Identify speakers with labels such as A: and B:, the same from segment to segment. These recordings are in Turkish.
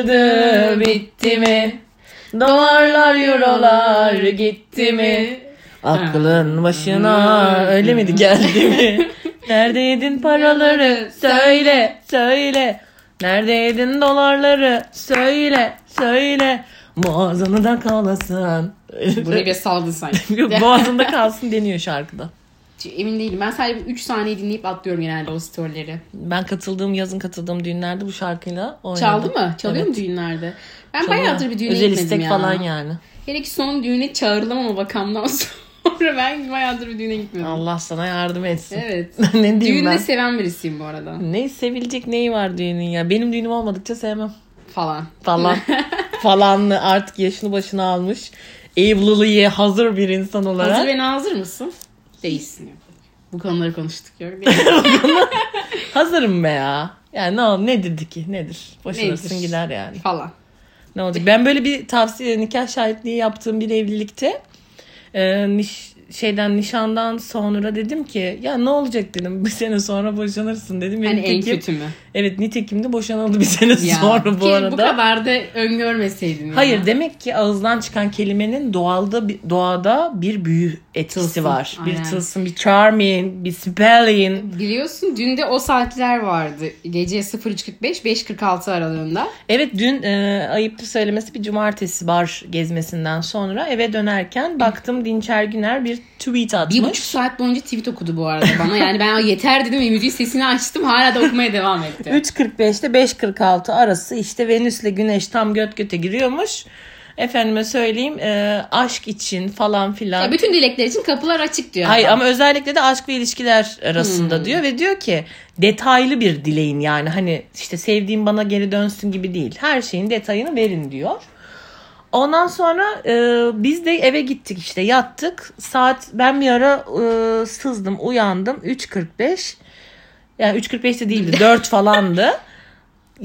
A: Mardı bitti mi? Dolarlar eurolar gitti mi? Aklın başına öyle miydi geldi mi? Nerede yedin paraları? Söyle söyle. Nerede yedin dolarları? Söyle söyle. Boğazını da kalasın.
B: Buraya bir saldın sanki.
A: Boğazında kalsın deniyor şarkıda.
B: Emin değilim. Ben sadece 3 saniye dinleyip atlıyorum genelde o storyleri.
A: Ben katıldığım yazın katıldığım düğünlerde bu şarkıyla oynadım.
B: Çaldı mı? Çalıyor
A: Evet,
B: mu düğünlerde? Ben
A: çalıyor.
B: bayağıdır bir düğüne
A: Özel
B: gitmedim
A: istek
B: ya.
A: falan yani.
B: Hele ki son düğüne çağrılamama bakamdan sonra ben bayağıdır bir düğüne gitmedim.
A: Allah sana yardım etsin.
B: Evet.
A: ne diyeyim
B: Düğünü
A: ben?
B: de seven birisiyim bu arada.
A: Ne sevilecek neyi var düğünün ya? Benim düğünüm olmadıkça sevmem.
B: Falan.
A: Falan. Falanlı artık yaşını başına almış. Evliliğe hazır bir insan
B: Hazır
A: olarak.
B: ve nazır mısın? Değilsin. yok. Bu konuları konuştuk. Yok.
A: Hazırım be ya. Yani ne, ol- nedir ki? Nedir? Boşanırsın
B: Nedir?
A: gider yani.
B: Falan. Hani
A: Ne olacak? Ben böyle bir tavsiye nikah şahitliği yaptığım bir evlilikte e, niş, şeyden nişandan sonra dedim ki ya ne olacak dedim bir sene sonra boşanırsın dedim. Ve
B: Hani en
A: nitekim-
B: kötü mü?
A: Evet nitekim de boşanıldı bir sene
B: Ya.
A: sonra bu
B: Ki
A: arada.
B: Bu kadar da öngörmeseydin. ya.
A: Hayır demek ki ağızdan çıkan kelimenin doğalda bi- doğada bir büyü etkisi
B: Tılsım,
A: var.
B: aynen.
A: Bir tılsım, bir charming, bir spelling.
B: Biliyorsun dün de o saatler vardı. Gece 03.45-5.46 aralığında.
A: Evet dün e, ayıp söylemesi bir cumartesi bar gezmesinden sonra eve dönerken baktım Dinçer Güner bir tweet
B: Bir buçuk
A: atmış.
B: saat boyunca tweet okudu bu arada bana. Yani ben yeter dedim ve müziğin sesini açtım. Hala da okumaya devam etti.
A: 3.45'te 5.46 arası işte Venüs'le Güneş tam göt göte giriyormuş. Efendime söyleyeyim e, aşk için falan filan.
B: Ya bütün dilekler için kapılar açık diyor.
A: Hayır
B: adam.
A: ama özellikle de aşk ve ilişkiler
B: Hmm.
A: arasında diyor ve diyor ki detaylı bir dileğin yani hani işte sevdiğim bana geri dönsün gibi değil. Her şeyin detayını verin diyor. Ondan sonra e, biz de eve gittik işte yattık. Saat ben bir ara e, sızdım uyandım 3.45. Yani 3.45'te değildi 4 falandı.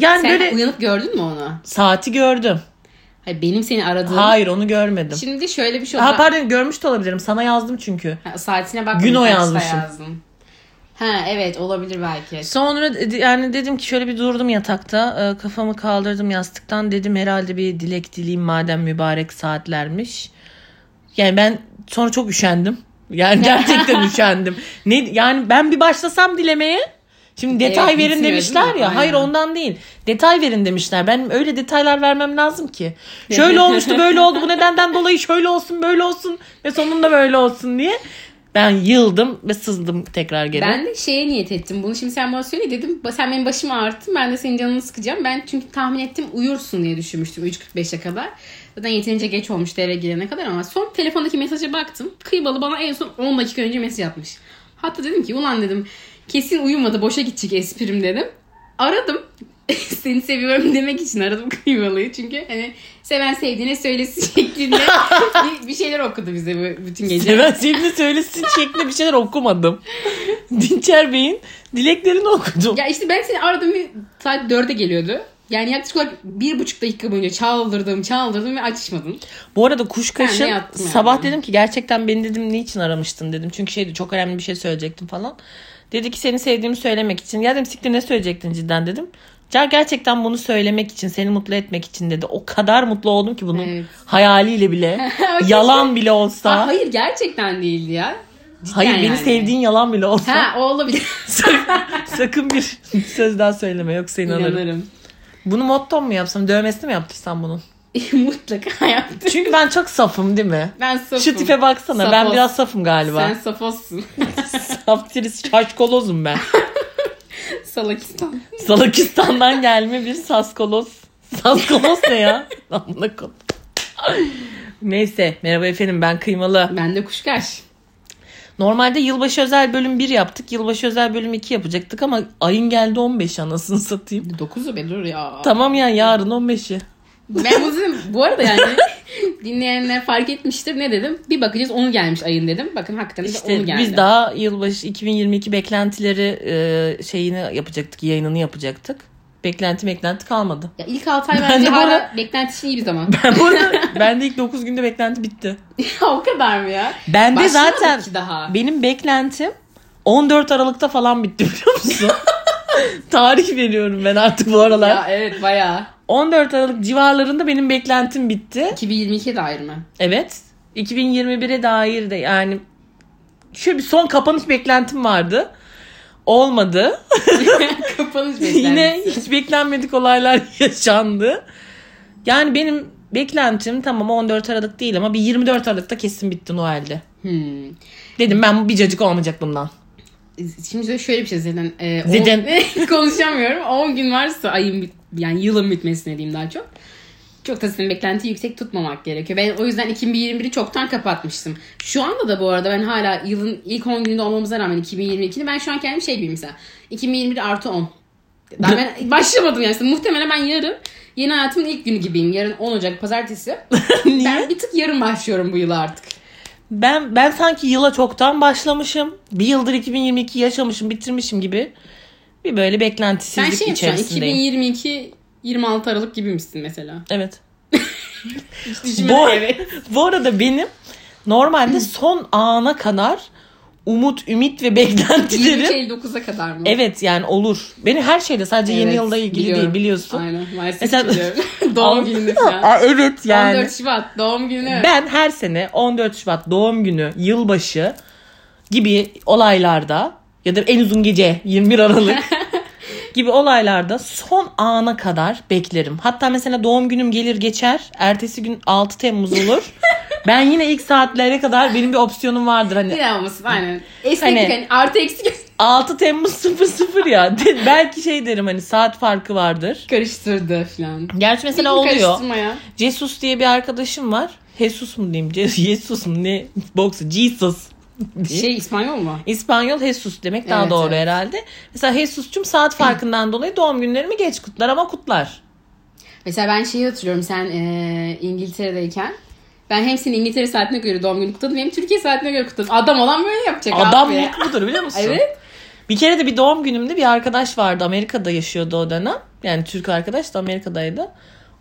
A: Yani
B: Sen
A: böyle
B: uyanıp gördün mü onu?
A: saati gördüm.
B: Hayır, benim seni aradığım.
A: Hayır onu görmedim.
B: Şimdi şöyle bir şey oldu.
A: Ha, pardon görmüş de olabilirim sana yazdım çünkü.
B: Ha, Saatine bak.
A: Gün o
B: kaçta
A: yazmışım.
B: yazdın. Ha evet olabilir belki.
A: Sonra dedi- yani dedim ki şöyle bir durdum yatakta. Ee, Kafamı kaldırdım yastıktan. Dedim herhalde bir dilek dileyim madem mübarek saatlermiş. Yani ben sonra çok üşendim. Yani gerçekten üşendim. Ne yani ben bir başlasam dilemeye Şimdi detay
B: Evet,
A: verin
B: bitmiyor,
A: demişler
B: değil mi?
A: ya. Hayır
B: Aynen.
A: ondan değil. Detay verin demişler. Ben öyle detaylar vermem lazım ki. Şöyle olmuştu, böyle oldu. Bu nedenden dolayı şöyle olsun, böyle olsun ve sonunda böyle olsun diye. Ben yıldım ve sızdım tekrar geri.
B: Ben de şeye niyet ettim. Bunu şimdi sen bana söyle dedim. Ba- Sen benim başımı ağrıttın. Ben de senin canını sıkacağım. Ben çünkü tahmin ettim uyursun diye düşünmüştüm 3.45'e kadar. Zaten yeterince geç olmuş eve girene kadar ama son telefondaki mesaja baktım. Kıybalı bana en son 10 dakika önce mesaj atmış. Hatta dedim ki ulan dedim kesin uyumadı boşa gidecek esprim dedim. Aradım. Seni seviyorum demek için aradım Kıybalı'yı. Çünkü hani seven sevdiğine söylesin şeklinde bir- bir şeyler okudu bize bu bütün gece.
A: Seven sevdiğini söylesin şeklinde bir şeyler okumadım. Dinçer Bey'in dileklerini okudum.
B: Ya işte ben seni aradım ve saat dörde geliyordu. Yani yaklaşık olarak bir buçuk dakika boyunca çaldırdım çaldırdım ve açmadın.
A: Bu arada kuşkaşın
B: Ben de yattım yani.
A: sabah dedim ki gerçekten beni dedim niçin aramıştın dedim. Çünkü şeydi çok önemli bir şey söyleyecektim falan. Dedi ki seni sevdiğimi söylemek için. Ya dedim siktir ne söyleyecektin cidden dedim. Ya gerçekten bunu söylemek için, seni mutlu etmek için dedi. O kadar mutlu oldum ki bunun
B: Evet.
A: hayaliyle bile, yalan bile olsa.
B: Aa,
A: hayır,
B: hayır gerçekten değildi ya. Cidden
A: beni
B: yani.
A: sevdiğin yalan bile olsa.
B: Ha o olabilir.
A: sakın, sakın bir söz daha söyleme yoksa inanırım.
B: İnanırım.
A: Bunu mottom mu yapsam? Dövmesini mi yaptırsam bunun?
B: Mutlaka yaptım.
A: Çünkü ben çok safım değil mi?
B: Ben safım.
A: Şu tipe baksana. Ben
B: Safos.
A: biraz safım galiba.
B: Sen safozsun.
A: Saftiris şaşkolozum ben.
B: Salakistan.
A: Salakistan'dan gelme bir saskoloz. Saskoloz ne ya? Amına koyayım. Neyse merhaba efendim ben Kıymalı.
B: Ben de kuşkaş.
A: Normalde yılbaşı özel bölüm 1 yaptık. Yılbaşı özel bölüm 2 yapacaktık ama ayın geldi 15 anasını satayım.
B: Dokuzu be dur ya.
A: Tamam ya yarın 15'i.
B: Ben bu, dedim- bu arada yani dinleyenler fark etmiştir. Ne dedim? Bir bakacağız onu gelmiş ayın dedim. Bakın hakikaten de onu
A: İşte
B: geldi.
A: biz daha yılbaşı 2022 beklentileri e, şeyini yapacaktık, yayınını yapacaktık. Beklenti beklenti kalmadı.
B: Ya ilk 6 ay
A: Ben
B: bence
A: de bu
B: hala
A: ara-
B: beklentisi iyi bir zaman.
A: Ben bu arada bende ilk 9 günde beklenti bitti.
B: Ya o kadar mı ya?
A: Ben de
B: Başlamadık
A: zaten
B: ki daha.
A: benim beklentim 14 Aralık'ta falan bitti biliyor musun? Tarih veriyorum ben artık bu aralar.
B: Ya evet bayağı.
A: 14 Aralık civarlarında benim beklentim bitti.
B: 2022'ye dair mi?
A: Evet. 2021'e dair de yani şöyle bir son kapanış beklentim vardı. Olmadı.
B: Kapanış beklentisi.
A: Yine hiç beklenmedik olaylar yaşandı. Yani benim beklentim tamam 14 Aralık değil ama bir 24 Aralık'ta kesin bitti Noel'de.
B: Hmm.
A: Dedim ben bir cacık olmayacak bundan.
B: Şimdi şöyle bir şey zaten. E, on-
A: Zaten.
B: konuşamıyorum. 10 gün varsa ayın bit- yani yılın bitmesine diyeyim daha çok. Çok da senin beklentiyi yüksek tutmamak gerekiyor. Ben o yüzden 2021'i çoktan kapatmıştım. Şu anda da bu arada ben hala yılın ilk 10 gününde olmamıza rağmen 2022'ni ben şu an kendim şey gibiyim mesela. 2021 artı 10. Daha ben başlamadım yani. Muhtemelen ben yarın yeni hayatımın ilk günü gibiyim. Yarın 10 Ocak pazartesi. ben bir tık yarın başlıyorum bu yıla artık.
A: Ben ben sanki yıla çoktan başlamışım. Bir yıldır 2022 yaşamışım, bitirmişim gibi. Bir böyle
B: Sen
A: beklentisizlik
B: şey yapıyorsun
A: içerisindeyim.
B: 2022 26 Aralık gibi misin mesela?
A: Evet.
B: Düşünmedim,
A: Bu arada benim normalde son ana kadar umut, ümit ve beklentilerim
B: 22-59'a kadar mı?
A: Evet yani olur. Beni her şeyle sadece yeni
B: Evet,
A: yılda ilgili
B: biliyorum.
A: değil biliyorsun.
B: Aynen maalesef
A: Mesela-
B: biliyorum. doğum gününü falan.
A: Aa, evet yani.
B: 14 Şubat doğum günü.
A: Ben her sene 14 Şubat doğum günü, yılbaşı gibi olaylarda ya da en uzun gece 21 Aralık gibi olaylarda son ana kadar beklerim. Hatta mesela doğum günüm gelir geçer. Ertesi gün 6 Temmuz olur. ben yine ilk saatlere kadar benim bir opsiyonum vardır hani.
B: Yine olmasın aynen. Esneklik
A: Hani-
B: hani, artı eksik
A: 6 Temmuz 00 ya. De- Belki şey derim hani saat farkı vardır.
B: karıştırdı falan.
A: Gerçi mesela
B: Bir
A: oluyor.
B: karıştırma ya.
A: Jesus diye bir arkadaşım var. Jesus mu diyeyim? Ce- Jesus mu ne? Boksu. Jesus. diye.
B: Şey İspanyol mu?
A: İspanyol Jesus demek daha
B: Evet,
A: doğru
B: evet.
A: herhalde. Mesela Jesus'cum saat farkından dolayı doğum günlerimi geç kutlar ama kutlar.
B: Mesela ben şeyi hatırlıyorum sen eee, İngiltere'deyken. Ben hem senin İngiltere saatine göre doğum günü kutladım hem Türkiye saatine göre kutladım. Adam olan böyle yapacak abi.
A: Adamlık budur biliyor musun?
B: Evet.
A: Bir kere de bir doğum günümde bir arkadaş vardı. Amerika'da yaşıyordu o dönem. Yani Türk arkadaş da Amerika'daydı.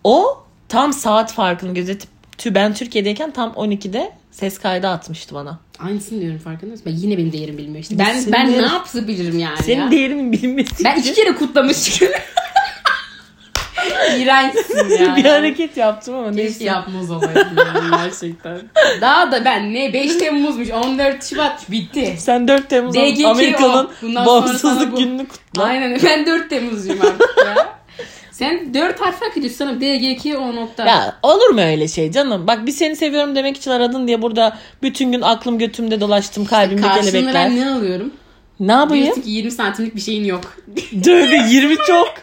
A: O tam saat farkını gözetip tü- ben Türkiye'deyken tam 12'de ses kaydı atmıştı bana.
B: Aynısını diyorum farkında mısın? Ben yine benim değerim bilmiyor işte.
A: Ya
B: Ben
A: senin
B: ben
A: değerin-
B: ne yapsa bilirim yani
A: Senin
B: ya.
A: değerinin bilinmesi
B: Ben
A: için
B: iki kere kutlamış çünkü. İğrençsin ya.
A: bir hareket yaptım ama neyse.
B: Keşke yapmaz olaydım yani gerçekten. Daha da ben ne 5 Temmuz'muş 14 Şubat bitti.
A: Sen 4 Temmuz
B: DGK
A: Amerika'nın
B: o. Bundan sonra sana
A: bağımsızlık
B: bu.
A: gününü kutla.
B: Aynen ben 4 Temmuz'cuyum artık ya. Sen 4 harf hak ediyorsun sanırım. DGK o nokta.
A: Ya olur mu öyle şey canım? Bak bir seni seviyorum demek için aradın diye burada bütün gün aklım götümde dolaştım kalbimde
B: Karşılığında
A: kelebekler.
B: ben
A: Ne,
B: ne alıyorum?
A: yapayım?
B: Diyorsun ki 20 santimlik bir şeyin yok.
A: Dövbe 20 çok.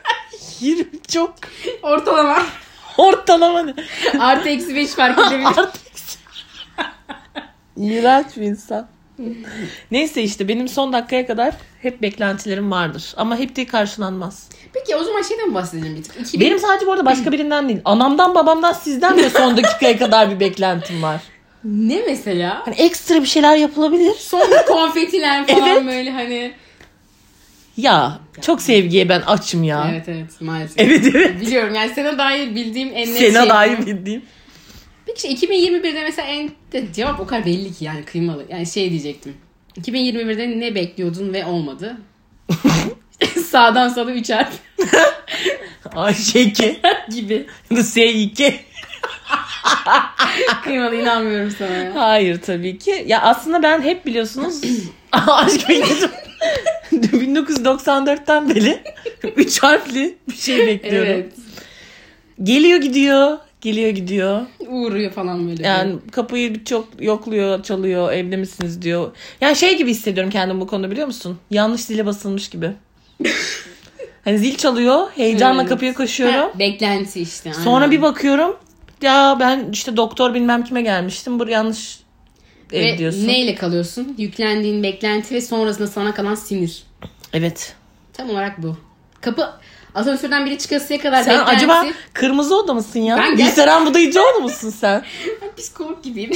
A: 20 çok.
B: Ortalama.
A: Ortalama ne?
B: Artı eksi 5 fark edebilir.
A: Artık. İğrenç bir insan. Neyse işte benim son dakikaya kadar hep beklentilerim vardır. Ama hep de karşılanmaz.
B: Peki o zaman şeyden bahsedelim bir tık. 2000
A: Benim sadece bu arada başka birinden değil. Anamdan babamdan sizden de son dakikaya kadar bir beklentim var.
B: Ne mesela?
A: Hani ekstra bir şeyler yapılabilir.
B: Son bir konfetiler falan
A: Evet.
B: böyle hani.
A: Ya çok sevgiye ben açım ya.
B: Evet evet maalesef.
A: Evet evet.
B: Biliyorum yani sana dair bildiğim en net
A: Sena
B: şey.
A: dair bildiğim.
B: Peki işte 2021'de mesela en de cevap o kadar belli ki yani kıymalı. Yani şey diyecektim. 2021'de ne bekliyordun ve olmadı? Sağdan sola üçer
A: Ayşeki.
B: gibi.
A: S2.
B: Kıymalı inanmıyorum sana ya.
A: Hayır tabii ki. Ya aslında ben hep biliyorsunuz aşk bilgisayarım. 1994'ten beri 3 harfli bir şey bekliyorum.
B: Evet.
A: Geliyor gidiyor. Geliyor gidiyor.
B: Uğruyor falan böyle.
A: Yani kapıyı çok yokluyor, çalıyor. Evde misiniz diyor. Yani şey gibi hissediyorum kendimi bu konuda biliyor musun? Yanlış zile basılmış gibi. hani zil çalıyor. Heyecanla
B: Evet.
A: kapıya koşuyorum.
B: Ha, beklenti işte. aynen.
A: Sonra bir bakıyorum. Ya ben işte doktor bilmem kime gelmiştim. Bu yanlış ev
B: ve
A: diyorsun.
B: neyle kalıyorsun? Yüklendiğin beklenti ve sonrasında sana kalan sinir.
A: Evet.
B: Tam olarak bu. Kapı asansörden biri çıkasıya kadar
A: Sen
B: beklenti.
A: acaba kırmızı oda mısın ya?
B: Ben
A: Ben
B: gel-
A: Gülseren Budayıcıoğlu musun sen?
B: Ben psikolog gibiyim.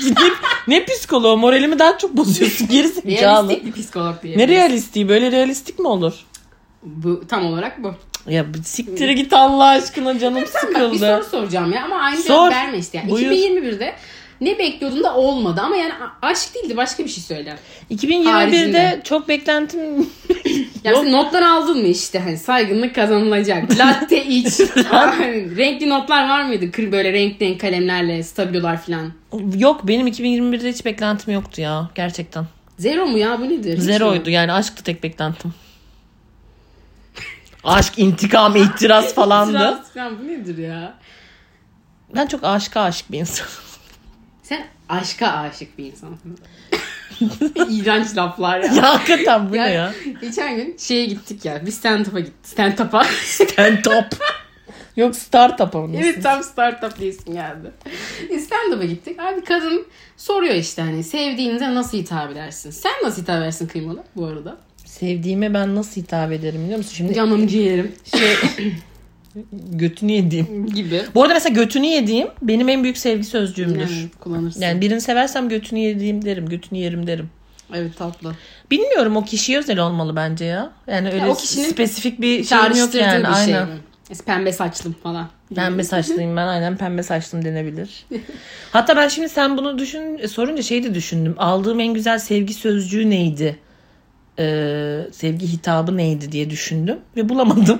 A: Gidip ne psikoloğu moralimi daha çok bozuyorsun gerizekalı.
B: Realistik bir psikolog diye.
A: Ne realistiği böyle realistik mi olur?
B: Bu tam olarak bu.
A: Ya bir siktir git Allah aşkına canım
B: Bak bir
A: sıkıldı.
B: soru soracağım ya ama aynı
A: Sor.
B: cevap verme işte. Yani
A: Buyur.
B: 2021'de ne bekliyordun da olmadı ama yani a- aşk değildi başka bir şey söyle.
A: 2021'de
B: Haricinde.
A: çok beklentim
B: Yani
A: Yok.
B: sen notlar aldın mı işte hani saygınlık kazanılacak. Latte iç. Yani renkli notlar var mıydı? Kır böyle renkli renk kalemlerle stabilolar falan.
A: yok. Benim 2021'de hiç beklentim yoktu ya gerçekten.
B: Zero mu ya bu nedir? Hiç
A: Zeroydu
B: mi?
A: yani aşktı tek beklentim. Aşk, intikam, itiraz falandı.
B: Biraz falan bu nedir ya?
A: Ben çok aşka aşık bir insanım.
B: Sen aşka aşık bir insansın. İğrenç laflar ya.
A: ya hakikaten bu
B: Ya,
A: ne ya?
B: Geçen gün şeye gittik ya. Biz stand-up'a gittik. Stand-up'a.
A: Ten top. Yok startup mı?
B: evet tam startup diyesim geldi. E, stand-up'a gittik. Abi kadın soruyor işte hani sevdiğinize nasıl hitap edersin? Sen nasıl hitap edersin kıymalı bu arada?
A: Sevdiğime ben nasıl hitap ederim biliyor musun? Şimdi
B: Canım ciğerim
A: şey götünü yediğim.
B: gibi.
A: Bu arada mesela götünü yediğim benim en büyük sevgi sözcüğümdür.
B: Yani kullanırsın.
A: Yani birini seversem götünü yediğim derim, götünü yerim derim.
B: evet tatlı.
A: Bilmiyorum o kişiye özel olmalı bence ya. Yani öyle
B: o kişinin
A: spesifik bir şey yok
B: Çağrıştırdığı
A: yani.
B: bir şey
A: aynen.
B: mi? Pembe saçlım falan.
A: Pembe saçlıyım ben aynen pembe saçlım denebilir. Hatta ben şimdi sen bunu düşün sorunca şey de düşündüm. Aldığım en güzel sevgi sözcüğü neydi? Ee, sevgi hitabı neydi diye düşündüm ve bulamadım.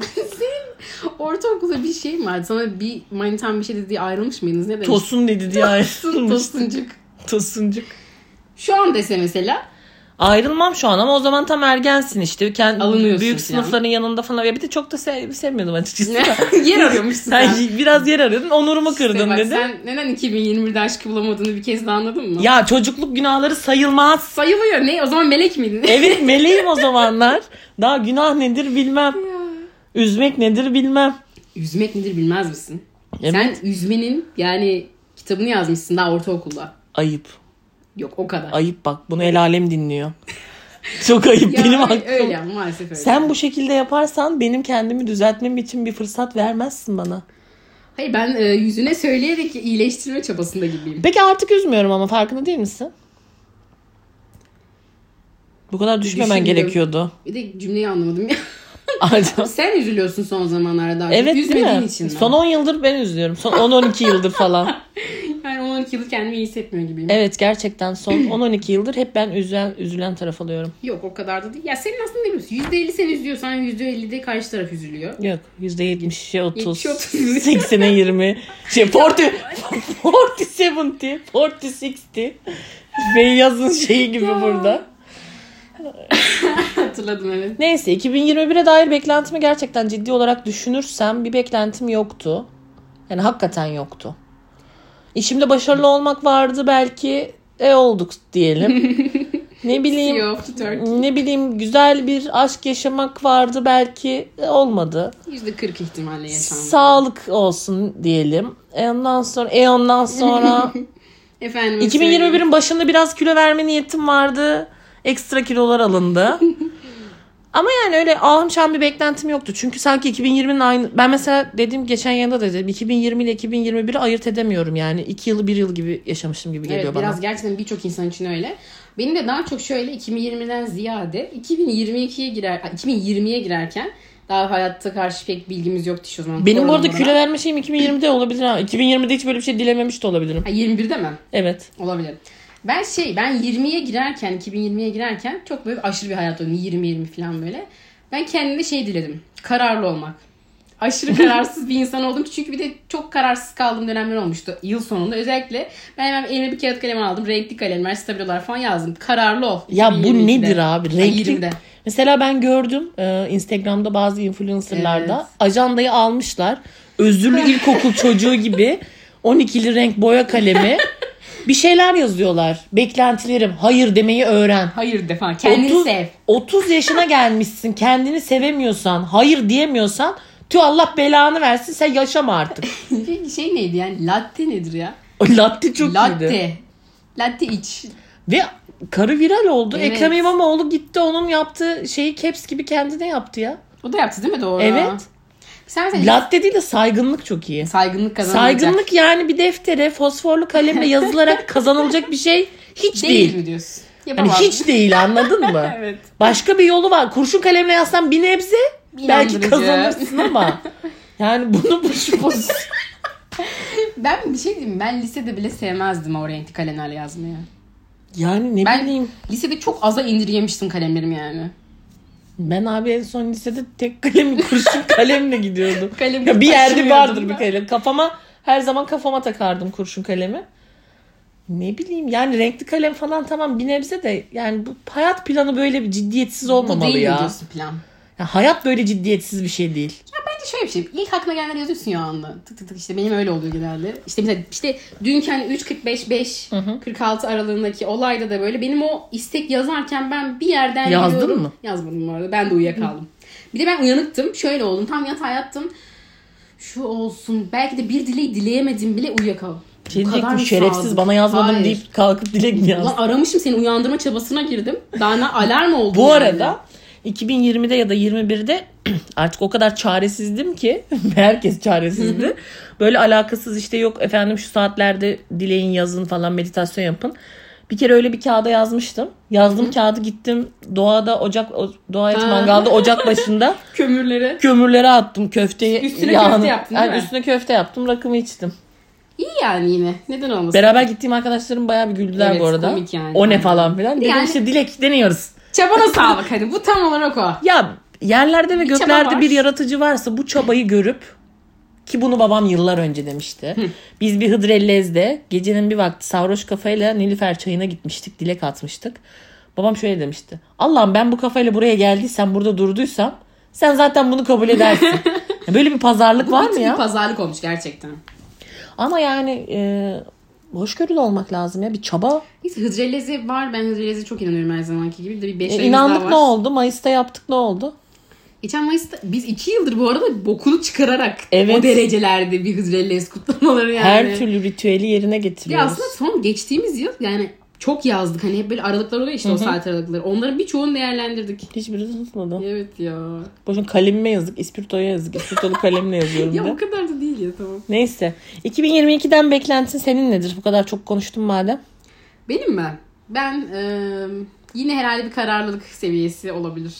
B: Ortaokulda bir şey mi vardı? Sana bir manitan bir şey dedi diye ayrılmış mıydınız? Ne demiştin?
A: Tosun dedi diye ayrılmış.
B: Tostuncuk.
A: Tosuncuk.
B: Şu an dese mesela
A: Ayrılmam şu an ama o zaman tam ergensin işte. Kendi
B: Alınıyorsun
A: büyük
B: yani.
A: sınıfların yanında falan. Ya bir de çok da sev- sevmiyordum açıkçası.
B: yer arıyormuşsun sen.
A: sen biraz yer arıyordun onurumu kırdın
B: İşte bak,
A: dedi.
B: Sen neden 2021'de aşkı bulamadığını bir kez daha anladın mı?
A: Ya çocukluk günahları sayılmaz.
B: Sayılıyor ne? O zaman melek miydin?
A: Evet meleğim o zamanlar. Daha günah nedir bilmem. Üzmek nedir bilmem.
B: Üzmek nedir bilmez misin?
A: Evet.
B: Sen üzmenin yani kitabını yazmışsın daha ortaokulda.
A: Ayıp.
B: Yok o kadar.
A: Ayıp bak. Bunu el alem dinliyor. Çok ayıp
B: Ya,
A: benim
B: öyle-
A: aklım.
B: Öyle maalesef öyle.
A: Sen bu şekilde yaparsan benim kendimi düzeltmem için bir fırsat vermezsin bana.
B: Hayır ben e, yüzüne söyleyerek iyileştirme çabasında gibiyim.
A: Peki artık üzmüyorum ama farkında değil misin? Bu kadar düşmemen
B: Düşündüm.
A: gerekiyordu.
B: Bir de cümleyi anlamadım ya.
A: Acaba-
B: Sen üzülüyorsun son zamanlarda daha çok.
A: evet
B: Üzmediğin
A: değil mi?
B: için. mi?
A: Son 10 yıldır ben üzülüyorum. Son 10-12 yıldır falan.
B: Yani 12 yıldır kendimi iyi hissetmiyor gibiyim.
A: Evet gerçekten son 10-12 yıldır hep ben üzülen, üzülen taraf alıyorum.
B: Yok o kadar da değil. Ya senin aslında ne biliyorsun? %50 sen üzülüyorsan %50 de karşı taraf üzülüyor.
A: Yok. %70'e 30.
B: 70'e
A: 80'e 20. Şey 40. 40 70. 40 60. Feyyaz'ın şeyi gibi
B: Ya.
A: burada.
B: Hatırladım evet.
A: Neyse 2021'e dair beklentimi gerçekten ciddi olarak düşünürsem bir beklentim yoktu. Yani hakikaten yoktu. İşimde başarılı olmak vardı belki. E olduk diyelim. ne bileyim.
B: CEO of the Turk.
A: Ne bileyim güzel bir aşk yaşamak vardı belki E, olmadı.
B: %40 ihtimalle yaşandı.
A: Sağlık olsun diyelim. E ondan sonra e ondan sonra
B: Efendim.
A: 2021'in başında biraz kilo verme niyetim vardı. Ekstra kilolar alındı. Ama yani öyle ahım şahım bir beklentim yoktu. Çünkü sanki 2020'nin aynı... Ben mesela dediğim geçen yayında da dedim. 2020 ile 2021'i ayırt edemiyorum yani. 2 yılı 1 yıl gibi yaşamışım gibi geliyor
B: Evet,
A: bana.
B: biraz gerçekten birçok insan için öyle. Benim de daha çok şöyle 2020'den ziyade 2022'ye girer 2020'ye girerken daha hayatta karşı pek bilgimiz yoktu işte o zaman.
A: Benim bu
B: Korona
A: arada
B: bana.
A: kilo verme şeyim 2020'de olabilir ha. 2020'de hiç böyle bir şey dilememiş de olabilirim.
B: Ha, 21'de mi?
A: Evet.
B: Olabilir. Ben şey ben 20'ye girerken 2020'ye girerken çok böyle aşırı bir hayat oynadım. 20-20 falan böyle. Ben kendime şey diledim. Kararlı olmak. Aşırı kararsız bir insan oldum. Çünkü bir de çok kararsız kaldığım dönemler olmuştu. Yıl sonunda özellikle. Ben hemen elime bir kağıt kalem aldım. Renkli kalemler, stabilolar falan yazdım. Kararlı ol.
A: Ya bu
B: 2022'de.
A: nedir abi?
B: Ay,
A: Renkli.
B: 20'de.
A: Mesela ben gördüm e, Instagram'da bazı influencerlarda
B: Evet.
A: ajandayı almışlar. Özürlü ilkokul çocuğu gibi 12'li renk boya kalemi bir şeyler yazıyorlar. Beklentilerim hayır demeyi öğren.
B: Hayır de falan. Kendini
A: 30,
B: sev.
A: 30 yaşına gelmişsin kendini sevemiyorsan hayır diyemiyorsan tüh Allah belanı versin sen yaşama artık.
B: Peki şey neydi yani? Latte nedir ya?
A: O latte çok
B: Latte.
A: iyiydi.
B: Latte iç.
A: Ve karı viral oldu.
B: Evet.
A: Ekrem İmamoğlu gitti onun yaptığı şeyi caps gibi kendine yaptı ya.
B: O da yaptı değil mi doğru?
A: Evet.
B: Sen mesela
A: Latte değil de saygınlık çok iyi.
B: saygınlık kazanacak.
A: Saygınlık yani bir deftere fosforlu kalemle yazılarak kazanılacak bir şey hiç
B: değil,
A: değil.
B: mi diyorsun?
A: Hani
B: Yapamam.
A: hiç değil anladın mı?
B: Evet.
A: Başka bir yolu var. Kurşun kalemle yazsan bir nebze belki
B: İnandırıcı.
A: kazanırsın ama. Yani bunu bu şu poz-
B: Ben bir şey diyeyim mi? Ben lisede bile sevmezdim oryanti kalemlerle yazmayı.
A: Yani ne
B: Ben
A: bileyim.
B: lisede çok aza indirgemiştim kalemlerimi yani.
A: Ben abi en son lisede tek kalem kurşun kalemle gidiyordum.
B: Kalemi
A: Ya bir yerde
B: taşımıyordum
A: vardır bir
B: ben.
A: kalem. Kafama her zaman kafama takardım kurşun kalemi. Ne bileyim yani renkli kalem falan tamam bir nebze de yani bu hayat planı böyle bir ciddiyetsiz
B: Bu
A: olmamalı
B: değil mi
A: ya.
B: diyorsun plan?
A: ya. Hayat böyle ciddiyetsiz bir şey değil.
B: Bence şöyle bir şey. İlk aklına gelenleri yazıyorsun ya anda. Tık tık tık işte benim öyle oluyor genelde. İşte mesela işte dünkü hani 3.45-5-46 aralığındaki olayda da böyle benim o istek yazarken ben bir yerden
A: Yazdın
B: gidiyorum.
A: mı?
B: Yazmadım bu arada. Ben de uyuyakaldım. Bir de ben uyanıktım. Şöyle oldum. Tam yatağa yattım. Şu olsun. Belki de bir dileği dileyemedim bile uyuyakaldım.
A: Şey
B: Bu kadar
A: diyecektim,
B: mı
A: şerefsiz
B: sadık?
A: bana yazmadın
B: Hayır.
A: deyip kalkıp dilek mi yazdın?
B: Ulan aramışım seni uyandırma çabasına girdim. Daha ne alarm oldu.
A: Bu
B: yani.
A: arada 2020'de ya da 21'de artık o kadar çaresizdim ki herkes çaresizdi. Böyle alakasız işte yok efendim şu saatlerde dileyin yazın falan meditasyon yapın. Bir kere öyle bir kağıda yazmıştım. Yazdım kağıdı gittim doğada ocak o- doğa et
B: Ha.
A: mangalda ocak başında
B: kömürleri.
A: kömürlere attım köfteyi.
B: Üstüne köfte yaptın değil
A: Yani
B: mi?
A: Üstüne köfte yaptım rakımı içtim.
B: İyi yani yine. Neden olmasın?
A: Beraber gittiğim arkadaşlarım bayağı bir güldüler
B: Evet,
A: bu arada.
B: komik yani.
A: O ne falan filan. Dedim
B: Yani-
A: işte dilek deniyoruz.
B: Çabana sağlık hani. Bu tam olarak o.
A: Ya yerlerde ve
B: çaba
A: göklerde
B: var.
A: bir yaratıcı varsa bu çabayı görüp ki bunu babam yıllar önce demişti. Biz bir Hıdrellez'de gecenin bir vakti sarhoş kafayla Nilüfer çayına gitmiştik. Dilek atmıştık. Babam şöyle demişti. Allah'ım ben bu kafayla buraya geldiysem burada durduysam sen zaten bunu kabul edersin. Ya Böyle bir pazarlık var mı
B: Artık Bir
A: ya?
B: pazarlık olmuş gerçekten.
A: Ama yani e, hoşgörülü olmak lazım ya. Bir çaba.
B: Neyse Hıdrellez'e var. Ben Hıdrellez'e çok inanıyorum her zamanki gibi. Bir de bir 5
A: E,
B: ayımız daha
A: inandık
B: var.
A: ne oldu? Mayıs'ta yaptık ne oldu?
B: Geçen Mayıs'ta biz 2 yıldır bu arada bokunu çıkararak
A: Evet.
B: o derecelerde bir Hıdrellez kutlamaları yani.
A: Her türlü ritüeli yerine
B: Ya
A: getiriyoruz.
B: aslında son geçtiğimiz yıl yani çok yazdık. Hani hep böyle aralıklar oluyor işte o saat aralıkları. Onların birçoğunu değerlendirdik.
A: Hiçbiri tutmadı.
B: Evet ya.
A: Boşun kalemime yazık, ispirtoya yazık. İspirtolu kalemle yazıyorum
B: Ya
A: bir
B: o
A: de.
B: kadar da değil ya tamam.
A: Neyse. 2022'den beklentin senin nedir? Bu kadar çok konuştum madem.
B: Benim mi? Ben eee, yine herhalde bir kararlılık seviyesi olabilir.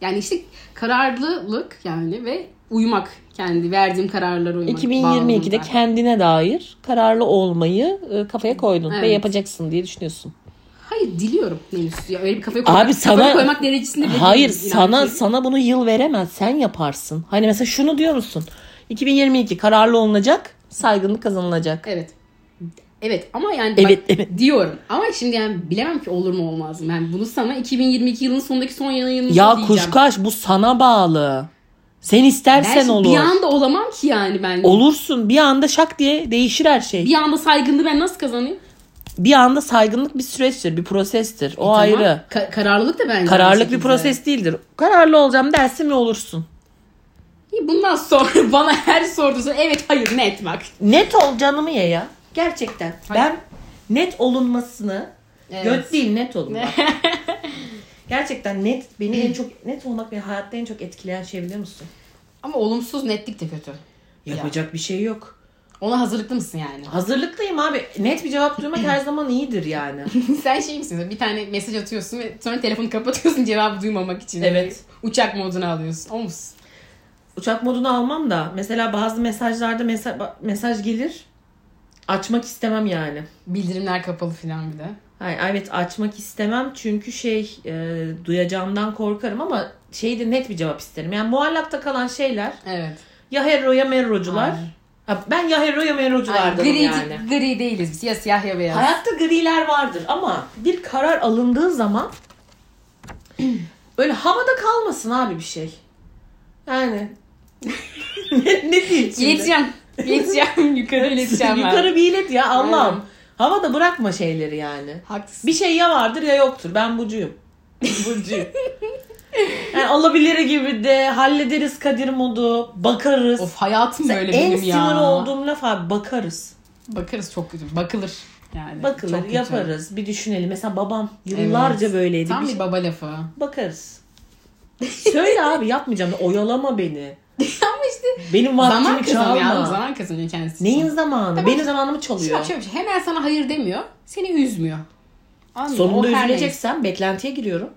B: Yani işte kararlılık yani ve uyumak kendi verdiğim kararlara uyumak.
A: 2022'de
B: bağlamında.
A: kendine dair kararlı olmayı e, kafaya koydun ve
B: Evet.
A: yapacaksın diye düşünüyorsun.
B: Hayır diliyorum henüz. Ya öyle bir kafaya koymak,
A: Abi sana-
B: kafaya koymak derecesinde bile
A: Hayır,
B: değilim.
A: sana
B: İnan ki.
A: sana bunu yıl veremez. Sen yaparsın. Hani mesela şunu diyor musun? 2022 kararlı olunacak, saygınlık kazanılacak.
B: Evet. Evet ama yani
A: Evet,
B: bak,
A: evet.
B: diyorum. Ama şimdi yani bilemem ki olur mu olmaz mı. Yani bunu sana 2022 yılın sonundaki son yılın yılında
A: ya
B: şey diyeceğim.
A: kuşkaş bu sana bağlı. Sen istersen
B: Ben şimdi
A: olur.
B: bir anda olamam ki yani ben.
A: Olursun. Bir anda şak diye değişir her şey.
B: bir anda saygınlığı ben nasıl kazanayım?
A: bir anda saygınlık bir süreçtir, bir prosestir. O ayrı.
B: Tamam. Ka- kararlılık da bence. aynı
A: Kararlılık E, bir
B: şekilde.
A: proses değildir. Kararlı olacağım dersin ve olursun.
B: İyi, Bundan sonra bana her sorduğunda evet hayır net bak.
A: Net ol canımı ye ya. Gerçekten.
B: Hayır.
A: Ben net olunmasını
B: Evet.
A: göt değil net olun. bak. Gerçekten net beni en çok net olmak beni hayatta en çok etkileyen şey biliyor musun?
B: Ama olumsuz netlik de kötü.
A: Yapacak bir şey yok.
B: Ona hazırlıklı mısın yani?
A: Hazırlıklıyım abi. Net bir cevap duymak her zaman iyidir yani.
B: Sen şey misin? Bir tane mesaj atıyorsun ve sonra telefonu kapatıyorsun cevabı duymamak için. Hani
A: Evet.
B: Uçak moduna alıyorsun. O musun?
A: Uçak modunu almam da mesela bazı mesajlarda mesa- mesaj gelir. Açmak istemem yani.
B: Bildirimler kapalı filan bir de.
A: Hayır, evet açmak istemem çünkü şey e, duyacağımdan korkarım ama şeyde net bir cevap isterim. Yani muallakta kalan şeyler
B: Evet.
A: ya hero ya merrocular.
B: Aynen.
A: Ha, ben ya hero ya merroculardanım
B: gri,
A: yani.
B: gri değiliz biz. Ya siyah ya beyaz.
A: Hayatta griler vardır ama bir karar alındığı zaman böyle havada kalmasın abi bir şey. Yani ne, ne diyeyim şimdi?
B: İleteceğim. İleteceğim. Yukarı ileteceğim ben.
A: Yukarı bir ilet ya Allah'ım.
B: şey Aynen.
A: Havada bırakma şeyleri yani.
B: Haklısın.
A: Bir şey ya vardır ya yoktur. Ben bucuyum. Bucuyum. yani olabilir gibi de hallederiz Kadir modu. Bakarız.
B: Of hayatım böyle
A: en
B: benim ya.
A: sinir olduğum laf abi bakarız.
B: Bakarız çok kötü. Bakılır. Yani
A: Bakılır
B: çok kötü.
A: yaparız. Bir düşünelim. Mesela babam yıllarca
B: Evet.
A: böyleydi.
B: Tam
A: Bir- şey-
B: bir baba lafı.
A: Bakarız. Söyle abi yapmayacağım. Oyalama beni.
B: Ama işte
A: Benim
B: zaman
A: vaktimi çalma.
B: kazanıyor. yavrum, Zaman kazanıyor kendisi. için.
A: Neyin zamanı? Benim zamanımı
B: Şimdi
A: çalıyor.
B: bak şöyle bir şey. Hemen sana hayır demiyor. Seni üzmüyor. Anladın mı?
A: Sonunda
B: O her
A: üzüleceksen beklentiye giriyorum.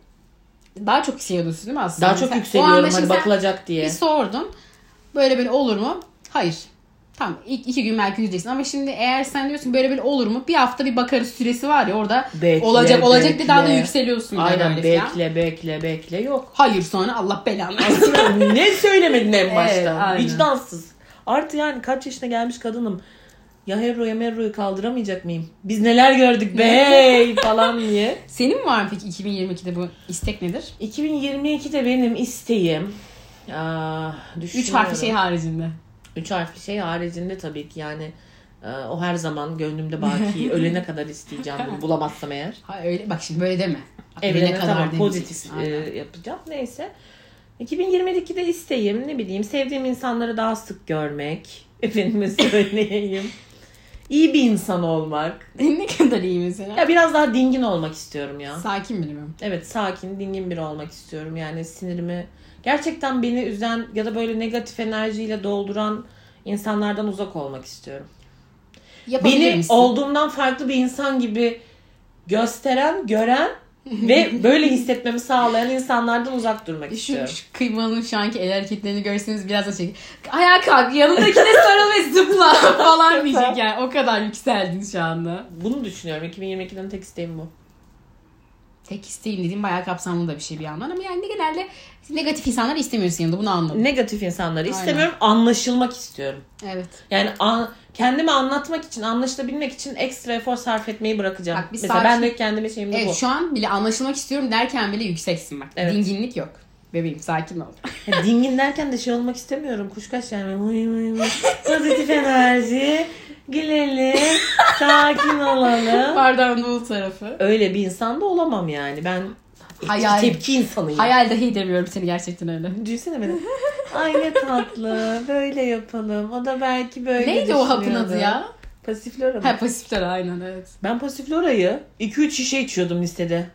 B: neyse. Daha çok hissediyorsun değil mi aslında?
A: Daha çok
B: Sen- o
A: yükseliyorum
B: anda
A: hani
B: şimdi sen
A: bakılacak diye.
B: Bir sordun. Böyle böyle olur mu? Hayır. Tamam ilk iki gün belki yüzdesin ama şimdi eğer sen diyorsun böyle böyle olur mu? Bir hafta bir bakarız süresi var ya orada
A: Bekle,
B: olacak olacak
A: bekle.
B: diye daha da yükseliyorsun. yani
A: Aynen
B: öyle falan.
A: bekle bekle bekle yok.
B: Hayır sonra Allah belanı.
A: ne söylemedin en
B: Evet,
A: başta?
B: aynen.
A: Vicdansız. Artı yani kaç yaşına gelmiş kadınım. Ya Hebro ya Merro'yu kaldıramayacak mıyım? Biz neler gördük be hey falan diye.
B: Senin var mı peki 2022'de bu istek nedir?
A: 2022'de benim isteğim. Aa,
B: Üç harfli şey haricinde.
A: Üç harfli şey haricinde tabii ki yani e, o her zaman gönlümde baki ölene kadar isteyeceğim bunu bulamazsam eğer.
B: Ha öyle bak şimdi böyle deme. Bak,
A: Evrene
B: ölene
A: kadar tamam,
B: deneyeceksin.
A: pozitif e,
B: Aynen.
A: yapacağım. Neyse. 2022'de isteğim ne bileyim sevdiğim insanları daha sık görmek. Efendime söyleyeyim. İyi bir insan olmak.
B: ne kadar iyi mesela.
A: Ya biraz daha dingin olmak istiyorum Ee, ya.
B: Sakin biri mi?
A: Evet sakin, dingin biri olmak istiyorum. Yani sinirimi gerçekten beni üzen ya da böyle negatif enerjiyle dolduran insanlardan uzak olmak istiyorum.
B: Yapabilir
A: Beni
B: misin?
A: olduğumdan farklı bir insan gibi gösteren, gören ve böyle hissetmemi sağlayan insanlardan uzak durmak
B: E, Şu,
A: istiyorum.
B: şu kıymanın şu anki el hareketlerini görseniz biraz da çekin. Ayağa kalk yanındakine sarıl ve zıpla falan diyecek yani. O kadar yükseldin şu anda.
A: Bunu düşünüyorum. 2022'den tek isteğim bu.
B: Tek isteğim dediğim bayağı kapsamlı da bir şey bir yandan ama yani genelde negatif insanları istemiyorsun yanında bunu anladım.
A: Negatif insanları istemiyorum. Anlaşılmak istiyorum.
B: Evet.
A: Yani an- kendimi anlatmak için, anlaşılabilmek için ekstra efor sarf etmeyi bırakacağım.
B: Bak biz
A: Mesela ben
B: sakin-
A: de kendime şeyim de bu.
B: Evet şu an bile anlaşılmak istiyorum derken bile yükseksin bak.
A: Evet.
B: Dinginlik yok. Bebeğim sakin ol.
A: Ya dingin derken de şey olmak istemiyorum. Kuşkaş yani. Huy, huy, huy. Pozitif enerji. Gülelim. Sakin olalım.
B: Bardağın dolu tarafı.
A: Öyle bir insan da olamam yani. Ben
B: Hayal.
A: tepki insanıyım.
B: Hayal dahi edemiyorum seni gerçekten öyle.
A: Düşünsene beni. Ay ne tatlı. Böyle yapalım. O da belki böyle
B: Neydi o hapın adı
A: düşünüyordu.
B: ya?
A: Pasiflora mı?
B: Ha pasifler aynen evet.
A: Ben pasiflorayı 2-3 şişe içiyordum listede.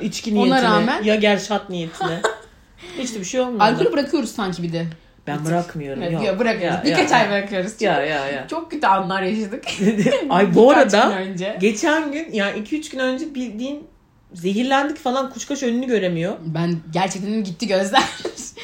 A: İçki
B: Ona
A: niyetine.
B: rağmen-
A: Ya gerşat niyetine. Hiç de bir şey olmadı.
B: Alkolü bırakıyoruz sanki bir de.
A: ben bırakmıyorum.
B: Evet,
A: yok.
B: ya, bırakıyoruz.
A: Ya,
B: Birkaç
A: ya,
B: ay bırakıyoruz. Çünkü
A: Ya ya ya.
B: Çok kötü anlar yaşadık.
A: Ay bu
B: Birkaç
A: arada
B: gün önce.
A: geçen gün yani 2-3 gün önce bildiğin zehirlendik falan kuşkaş önünü göremiyor.
B: Ben gerçekten gitti gözler.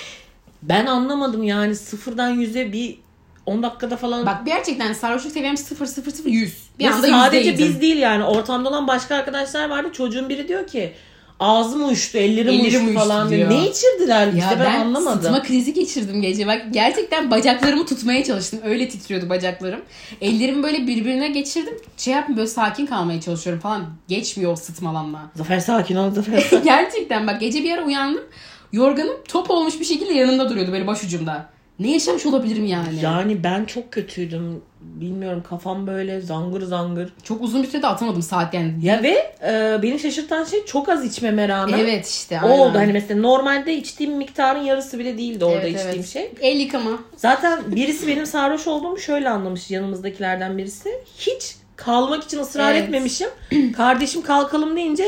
A: Ben anlamadım yani sıfırdan yüze bir 10 dakikada falan.
B: Bak gerçekten sarhoşluk seviyem 0 0 0 100. Bir
A: Ve
B: anda
A: sadece
B: yüzdeydim.
A: biz değil yani ortamda olan başka arkadaşlar vardı. Çocuğun biri diyor ki ağzım uyuştu, ellerim,
B: Ellerim
A: uyuştu,
B: uyuştu
A: falan diyor.
B: diyor.
A: Ne içirdiler
B: ya
A: bize ben,
B: ben
A: anlamadım.
B: sıtma krizi geçirdim gece. Bak gerçekten bacaklarımı tutmaya çalıştım. Öyle titriyordu bacaklarım. Ellerimi böyle birbirine geçirdim. Şey yapmıyorum böyle sakin kalmaya çalışıyorum falan. Geçmiyor o sıtmalanma.
A: Zafer sakin ol Zafer. sakin.
B: Gerçekten bak gece bir ara uyandım. Yorganım top olmuş bir şekilde yanımda duruyordu böyle başucumda. Ne yaşamış olabilirim yani?
A: yani ben çok kötüydüm. Bilmiyorum kafam böyle zangır zangır.
B: Çok uzun bir sürede atamadım saat yani.
A: Ya ve e, beni şaşırtan şey çok az içmeme rağmen
B: Evet işte.
A: O
B: aynen.
A: oldu hani mesela normalde içtiğim miktarın yarısı bile değildi orada
B: Evet,
A: içtiğim
B: evet.
A: şey.
B: El yıkama.
A: Zaten birisi benim sarhoş olduğumu şöyle anlamış yanımızdakilerden birisi. Hiç kalmak için ısrar
B: Evet.
A: etmemişim. Kardeşim kalkalım deyince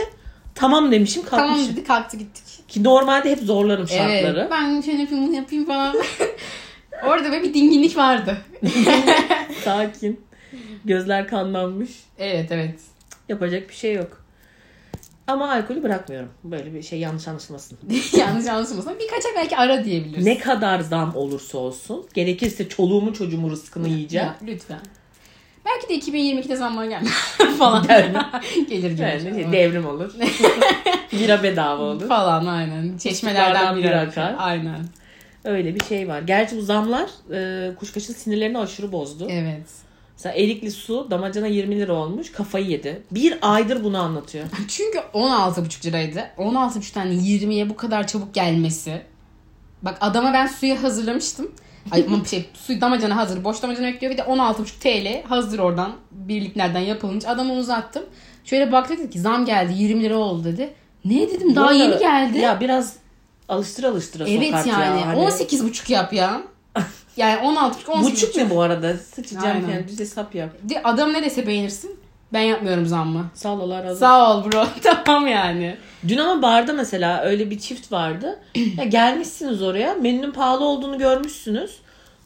A: tamam demişim kalkmışım.
B: Tamam dedi kalktı gittik.
A: Ki normalde hep zorlarım
B: Evet,
A: şartları.
B: ben şöyle filmi yapayım falan. Orada böyle bir dinginlik vardı.
A: Sakin. Gözler kanlanmış.
B: Evet evet.
A: Yapacak bir şey yok. Ama alkolü bırakmıyorum. Böyle bir şey yanlış anlaşılmasın.
B: Yanlış anlaşılmasın. Birkaç ay belki ara diyebiliriz.
A: Ne kadar zam olursa olsun gerekirse çoluğumu çocuğumu rızkını yiyeceğim.
B: Ya, lütfen. Belki de 2022'de zamlar gelmez falan. gelir gelir.
A: Yani devrim olur. Bira bedava olur.
B: Falan aynen. Çeşmelerden biri
A: biri
B: akar.
A: akar.
B: Aynen.
A: Öyle bir şey var. Gerçi bu zamlar e, kuşkaşın sinirlerini aşırı bozdu.
B: Evet.
A: Mesela erikli su damacana 20 lira olmuş. Kafayı yedi. Bir aydır bunu anlatıyor.
B: Çünkü 16,5 liraydı. 16,5'ten 20'ye bu kadar çabuk gelmesi. Bak adama ben suyu hazırlamıştım. Ay aman şey suyu damacana hazır. Boş damacana bekliyor. Bir de 16,5 TL hazır oradan. Birliklerden yapılmış. Adamı uzattım. Şöyle baktı dedi ki zam geldi 20 lira oldu dedi. Ne dedim daha
A: Bu arada-
B: yeni geldi.
A: Ya biraz alıştır alıştıra
B: evet
A: sokart ya.
B: yani
A: Hani
B: 18,5 yap ya. Yani 16,5 18,5.
A: Buçuk mu bu arada? Sıçacağım
B: Aynen.
A: yani. Düz hesap yap.
B: De- Adam ne dese beğenirsin. Ben yapmıyorum zammı.
A: Sağ ol Allah razı olsun.
B: Sağ ol bro. tamam yani.
A: Dün ama barda mesela öyle bir çift vardı. Ya gelmişsiniz oraya. Menünün pahalı olduğunu görmüşsünüz.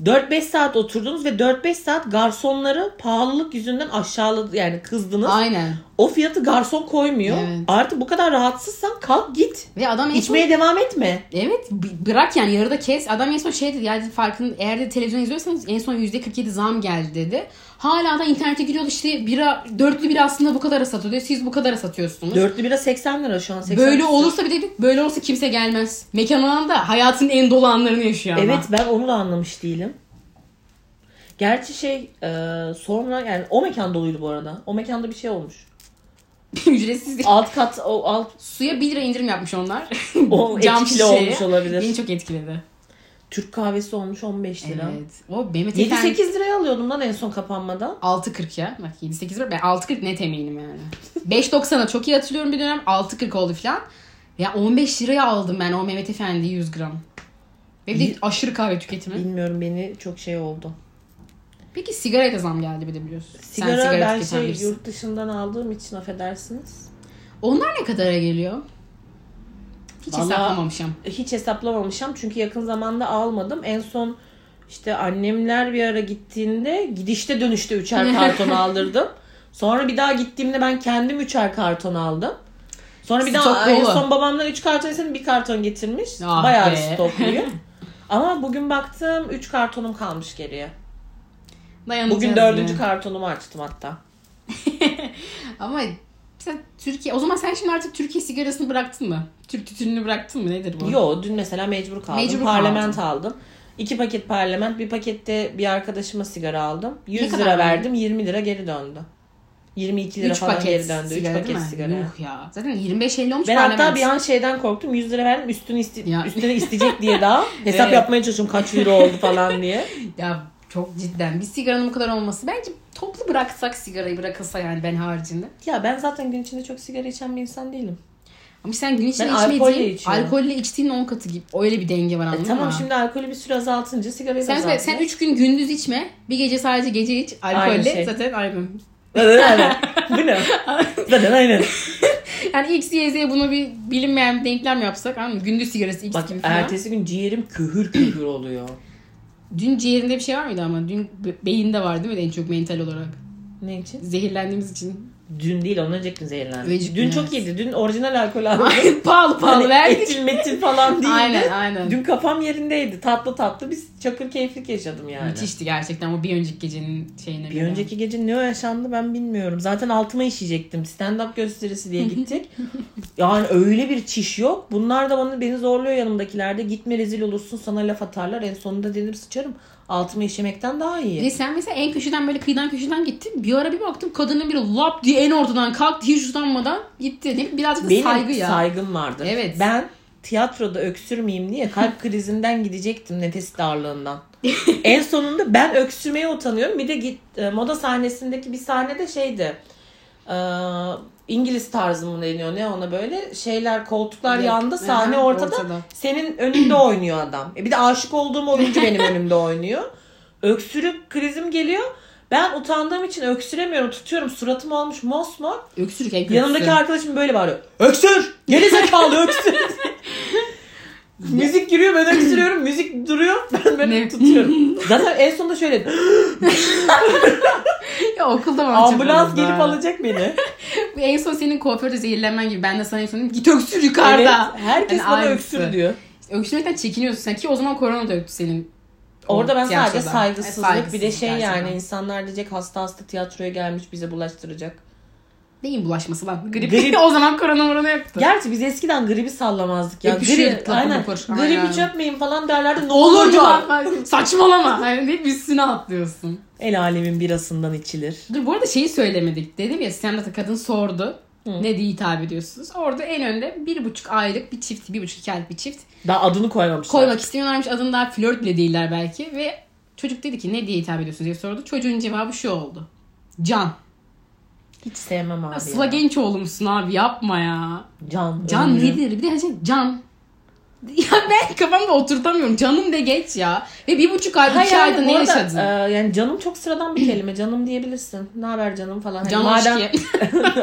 A: 4-5 saat oturdunuz ve 4-5 saat garsonları pahalılık yüzünden aşağıladı yani kızdınız.
B: Aynen.
A: O fiyatı garson koymuyor.
B: Evet.
A: Artık bu kadar rahatsızsan kalk git.
B: Ve adam en son-
A: İçmeye devam etme.
B: Evet b- bırak yani yarıda kes. Adam en son şey dedi yani farkın eğer de televizyon izliyorsanız en son %47 zam geldi dedi. Hala da internete giriyor işte bira, dörtlü bira aslında bu kadara satılıyor. Siz bu kadara satıyorsunuz.
A: Dörtlü bira 80 lira şu an. 80
B: Böyle
A: küsür.
B: olursa bir de böyle olursa kimse gelmez. Mekan olan da hayatın en dolu anlarını yaşıyor ama.
A: Evet ben onu da anlamış değilim. Gerçi şey e, sonra yani o mekan doluydu bu arada. O mekanda bir şey olmuş.
B: Ücretsiz.
A: Alt kat o alt
B: Suya 1 lira indirim yapmış onlar.
A: O etkili
B: şişeye.
A: olmuş olabilir.
B: Beni çok etkiledi.
A: Türk kahvesi olmuş 15 lira.
B: Evet. O Mehmet
A: 7-8 liraya alıyordum lan en son kapanmadan.
B: 6.40 ya. Bak 7.8 lira. Ben 6.40 net eminim yani. 5.90'a çok iyi hatırlıyorum bir dönem. 6.40 oldu falan. Ya 15 liraya aldım ben o Mehmet Efendi 100 gram. Ve bir de aşırı kahve tüketimi.
A: Bilmiyorum beni çok şey oldu.
B: Peki sigaraya da zam geldi bir de biliyorsun.
A: Sigara, ben
B: tüketen
A: şey
B: birisin.
A: yurt dışından aldığım için affedersiniz.
B: Onlar ne kadara geliyor? Hiç
A: Vallahi-
B: hesaplamamışım.
A: Hiç hesaplamamışım çünkü yakın zamanda almadım. En son işte annemler bir ara gittiğinde gidişte dönüşte üçer karton aldırdım. Sonra bir daha gittiğimde ben kendim üçer karton aldım. Sonra bir
B: Stok
A: daha en
B: dolu.
A: son babamdan üç karton istedim bir karton getirmiş.
B: Ah
A: Bayağı
B: be.
A: bir stokluyum. Ama bugün baktım üç kartonum kalmış geriye.
B: Dayanacağız
A: Bugün
B: yani.
A: dördüncü kartonumu açtım hatta.
B: Ama sen Türkiye... O zaman sen şimdi artık Türkiye sigarasını bıraktın mı? Türk tütününü bıraktın mı? Nedir bu?
A: Yo dün mesela mecbur kaldım.
B: Mecbur
A: parlament aldım. İki paket parlament, bir pakette bir arkadaşıma sigara aldım. 100
B: kadar
A: lira
B: verdin?
A: verdim, 20 lira geri döndü. 22 lira
B: Üç
A: falan
B: paket
A: geri döndü. 3
B: sigara
A: paket
B: değil mi?
A: sigara.
B: Yuh ya. Zaten 25-50 olmuş
A: Ben
B: parlament.
A: hatta bir an şeyden korktum. 100 lira verdim, üstünü iste-
B: Ya.
A: üstüne isteyecek diye daha hesap
B: Evet.
A: yapmaya çalışıyorum kaç euro oldu falan diye.
B: Ya çok cidden bir sigaranın bu kadar olması. Bence toplu bıraksak sigarayı bırakılsa yani ben haricinde.
A: Ya ben zaten gün içinde çok sigara içen bir insan değilim.
B: Ama sen gün içinde
A: Ben alkolle
B: içmediğin,
A: içiyorum.
B: alkolle içtiğin 10 katı gibi. Öyle bir denge var
A: E
B: anladın
A: tamam
B: mı?
A: şimdi alkolü bir süre azaltınca sigarayı da
B: Sen, sen,
A: azaltın.
B: sen 3 gün gündüz içme. Bir gece sadece gece iç.
A: Aynı
B: Alkolle
A: şey.
B: zaten aynı.
A: Zaten aynen. Bu ne? Zaten aynen.
B: Yani X, Y, Z bunu bir bilinmeyen bir denklem yapsak. Anladın mı? Gündüz sigarası X
A: Bak
B: gibi falan.
A: ertesi gün ciğerim kühür kühür oluyor.
B: Dün ciğerinde bir şey var mıydı ama? Dün be- beyinde var değil mi en çok mental olarak?
A: Ne için?
B: Zehirlendiğimiz için.
A: Dün değil ondan önceki gün zehirlendim.
B: Önceki
A: dün
B: gün,
A: çok
B: evet.
A: iyiydi. Dün orijinal alkol aldım.
B: Ay, pahalı pahalı
A: Hani
B: verdik.
A: Etil metil falan değildi.
B: Aynen aynen.
A: Dün kafam yerindeydi. Tatlı tatlı biz çakır keyiflik yaşadım yani.
B: Müthişti gerçekten o bir önceki gecenin şeyine.
A: Bir
B: göre.
A: önceki gece ne yaşandı ben bilmiyorum. Zaten altıma işeyecektim. Stand up gösterisi diye gittik. yani öyle bir çiş yok. Bunlar da bana beni zorluyor yanımdakilerde. Gitme rezil olursun sana laf atarlar. En sonunda delir sıçarım. Altıma işemekten daha iyi.
B: Bir de sen mesela en köşeden böyle kıyıdan köşeden gittin. Bir ara bir baktım kadının biri lap diye en ortadan kalktı hiç utanmadan gitti. Ne- Birazcık da
A: Benim
B: saygı ya.
A: saygım vardır.
B: Evet.
A: Ben tiyatroda öksürmeyeyim diye kalp krizinden gidecektim nefes darlığından. en sonunda ben öksürmeye utanıyorum. Bir de git e, moda sahnesindeki bir sahnede şeydi. e, İngiliz tarzı mı deniyor ne ona böyle şeyler koltuklar
B: Evet.
A: yanda sahne
B: Aha,
A: ortada,
B: ortada.
A: senin önünde oynuyor adam. E bir de aşık olduğum oyuncu benim önümde oynuyor. Öksürük krizim geliyor. Ben utandığım için öksüremiyorum. Tutuyorum suratım olmuş mosmor.
B: Öksürük en kötüsü.
A: Yanımdaki arkadaşım böyle bağırıyor. Öksür! Geri zekalı öksür! Müzik giriyor ben öksürüyorum. Müzik duruyor. Ben böyle
B: Ne?
A: tutuyorum. Zaten en sonunda şöyle
B: ya okulda mı alacak
A: ambulans
B: onu
A: gelip
B: da?
A: alacak beni.
B: En son senin kuaförde zehirlenmen gibi. Ben de sana en son dedim git öksür yukarıda.
A: Evet, herkes
B: Yani
A: bana
B: aynısı.
A: öksür diyor.
B: Öksürmekten çekiniyorsun sen ki o zaman korona da öktü senin.
A: Orada ben
B: Tiyatroda.
A: sadece saygısızlık bir de
B: E, Saygısızlık
A: şey
B: gerçekten.
A: yani insanlar diyecek hasta hasta tiyatroya gelmiş bize bulaştıracak.
B: Neyin bulaşması lan? Grip.
A: Grip.
B: o zaman korona morona yaptı.
A: Gerçi biz eskiden gribi sallamazdık ya.
B: Öpüşürdük,
A: Grip,
B: lapır
A: aynen.
B: lapır. Aynen.
A: Gribi çöpmeyin falan derlerdi. Ne olur lan.
B: Saçmalama. Yani hep üstüne atlıyorsun.
A: El alemin birasından içilir.
B: Dur bu arada şeyi söylemedik. Dedim ya stand kadın sordu. Ne diye hitap ediyorsunuz? Orada en önde bir buçuk aylık bir çift, bir buçuk iki aylık bir çift.
A: Daha adını koymamışlar.
B: Koymak istemiyorlarmış adını daha flört bile değiller belki. Ve çocuk dedi ki ne diye hitap ediyorsunuz diye sordu. Çocuğun cevabı şu oldu. Can.
A: Hiç sevmem abi.
B: Sıla
A: ya.
B: Gençoğlu musun abi yapma ya.
A: Can.
B: Can
A: ömrüm.
B: nedir? Bir de her şey can. Ya ben kafamda oturtamıyorum. Canım de geç ya. Ve bir buçuk ay,
A: Hayır,
B: iki ayda
A: bu arada,
B: ne yaşadın?
A: e, yani canım çok sıradan bir kelime. Canım diyebilirsin. Ne haber canım falan. Hani
B: Can
A: madem
B: hoş ki.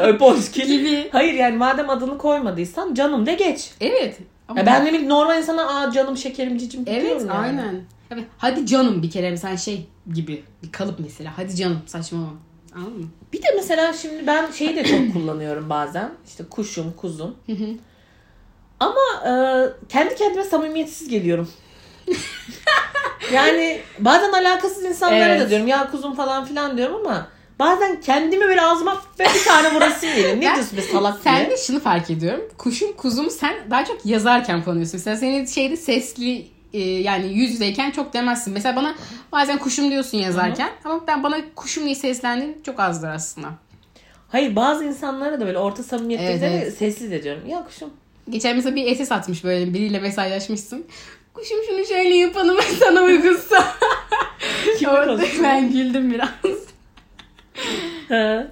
A: Öp hoş ki.
B: Gibi.
A: Hayır yani madem adını koymadıysan canım de geç.
B: Evet.
A: Ya ben de bir normal insana aa canım şekerim cicim
B: Evet
A: diyorum yani.
B: aynen. Tabii, hadi canım bir kere sen şey gibi bir kalıp mesela. Hadi canım saçmalama. Anladın mı?
A: Bir de mesela şimdi ben şeyi de çok kullanıyorum bazen. İşte kuşum, kuzum. Ama e, kendi kendime samimiyetsiz geliyorum. yani bazen alakasız insanlara da
B: Evet.
A: diyorum ya kuzum falan filan diyorum ama bazen kendimi böyle ağzıma ve bir tane vurasım geliyor. Ne
B: Ben-
A: diyorsun be salak
B: Sen
A: diye.
B: de şunu fark ediyorum. Kuşum kuzum sen daha çok yazarken kullanıyorsun. Mesela senin şeyde sesli e, yani yüz yüzeyken çok demezsin. Mesela bana bazen kuşum diyorsun yazarken ama ben bana kuşum diye seslendin çok azdır aslında.
A: Hayır bazı insanlara da böyle orta samimiyetlerde
B: Evet,
A: sessiz de diyorum. Ya kuşum.
B: Geçen mesela bir SS atmış böyle biriyle mesajlaşmışsın. Kuşum şunu şöyle yapalım sana uygunsa.
A: Kime
B: Orada
A: konuşuyorsun?
B: ben güldüm biraz.
A: Ha.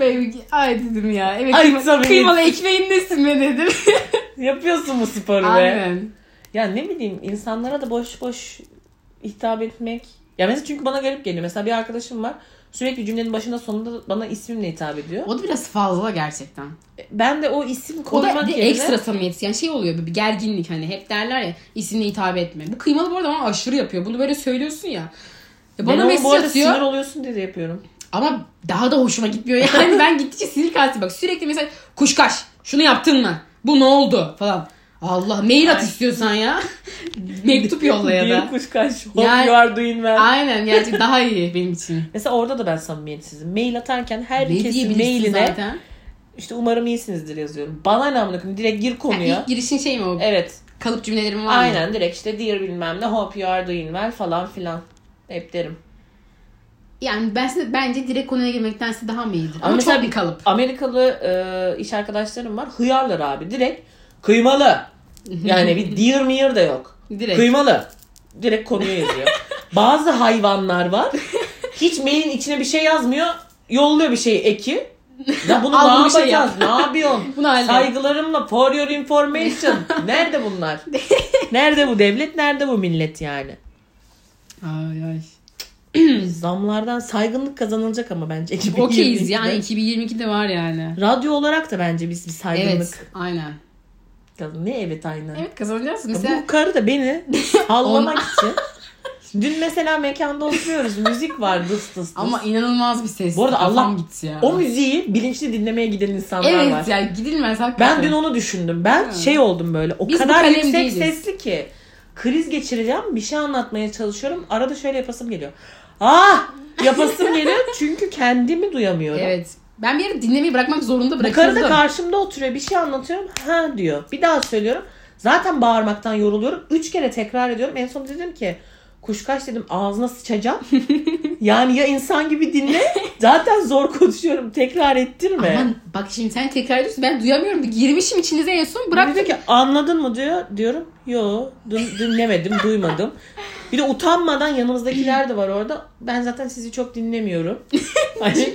B: Böyle bir- ay dedim ya. Evet
A: Ay,
B: kıyma-
A: samimi.
B: kıymalı ekmeğin nesin be dedim.
A: Yapıyorsun bu sporu be.
B: Aynen.
A: Ya ne bileyim insanlara da boş boş hitap etmek. Ya mesela çünkü bana garip geliyor. Mesela bir arkadaşım var. Sürekli cümlenin başında sonunda bana ismimle hitap ediyor.
B: O da biraz fazla gerçekten.
A: Ben de o isim
B: O
A: koymak
B: da bir
A: yerine...
B: ekstra samimiyetsiz. Yani şey oluyor bir gerginlik hani hep derler ya isimle hitap etme. Bu kıymalı bu arada bana aşırı yapıyor. Bunu böyle söylüyorsun ya. Ya
A: Ben
B: Bana
A: ama
B: mesaj
A: bu arada
B: atıyor
A: sinir oluyorsun diye de yapıyorum.
B: ama daha da hoşuma gitmiyor. Yani ben gittikçe sinir kastı bak sürekli mesela kuşkaş şunu yaptın mı? Bu ne oldu falan. Allah mail at istiyorsan ya. Mektup yolla ya
A: Bir
B: da.
A: kuş kaç. Hope
B: Yani-
A: you are doing well.
B: Aynen yani daha iyi benim için.
A: Mesela orada da ben samimiyetsizim. Mail atarken
B: Ne
A: herkesin
B: diyebilirsin
A: mailine
B: zaten?
A: işte umarım iyisinizdir yazıyorum. Bana ne amına koyayım direkt gir
B: Ha,
A: konuya.
B: ilk girişin şey mi o?
A: Evet.
B: Kalıp cümlelerim var mı?
A: Aynen direkt işte dear bilmem ne hope you are doing well falan filan. Hep derim.
B: Yani ben size, bence direkt konuya girmektense daha mı iyidir? Ama,
A: Ama mesela-
B: çok bir kalıp.
A: Amerikalı e, iş arkadaşlarım var. Hıyarlar abi. Direkt kıymalı. Yani bir dear mear da yok.
B: Direkt.
A: Kıymalı. Direkt konuya yazıyor. Bazı hayvanlar var. Hiç mailin içine bir şey yazmıyor. Yolluyor bir şey eki. Ya bunu
B: Al
A: ne
B: bunu bir şey yap.
A: yapacağız? ne yapıyorsun?
B: Bunu hallet.
A: Saygılarımla for your information. Nerede bunlar? Nerede bu devlet? Nerede bu millet yani?
B: Ay ay. Hmm.
A: Zamlardan saygınlık kazanılacak ama bence. 2022'de.
B: Okeyiz yani 2022'de var yani.
A: Radyo olarak da bence biz bir saygınlık
B: Evet aynen.
A: Ya Ne evet aynen.
B: Evet kazanacağız.
A: Ya
B: Mesela
A: Bu karı da beni sallamak için. Dün mesela mekanda oturuyoruz. Müzik var dıs dıs dıs.
B: ama inanılmaz bir ses.
A: Bu arada
B: Kafam
A: Allah-
B: gitti ya.
A: o müziği bilinçli dinlemeye giden insanlar
B: evet
A: var.
B: yani gidilmez hakikaten.
A: Ben dün onu düşündüm. Ben şey oldum böyle. O
B: Biz bu
A: kadar
B: kalem
A: yüksek
B: değiliz.
A: sesli ki kriz geçireceğim. Bir şey anlatmaya çalışıyorum. Arada şöyle yapasım geliyor. Ah! Yapasım geliyor çünkü kendimi duyamıyorum.
B: Evet. Ben bir yere dinlemeyi bırakmak zorunda
A: Bu karı
B: bırakıldım.
A: da karşımda oturuyor. Bir şey anlatıyorum. Ha diyor. Bir daha söylüyorum. Zaten bağırmaktan yoruluyorum. Üç kere tekrar ediyorum. En son dedim ki kuşkaş dedim ağzına sıçacağım. yani ya insan gibi dinle. Zaten zor konuşuyorum. Tekrar ettirme.
B: Aman bak şimdi sen tekrar ediyorsun. Ben duyamıyorum. Bir Girmişim içinize en son. Bırak.
A: Dedi ki anladın mı diyor. Diyorum yo dün- dinlemedim duymadım. Bir de utanmadan yanımızdakiler de var orada. Ben zaten sizi çok dinlemiyorum. Hani-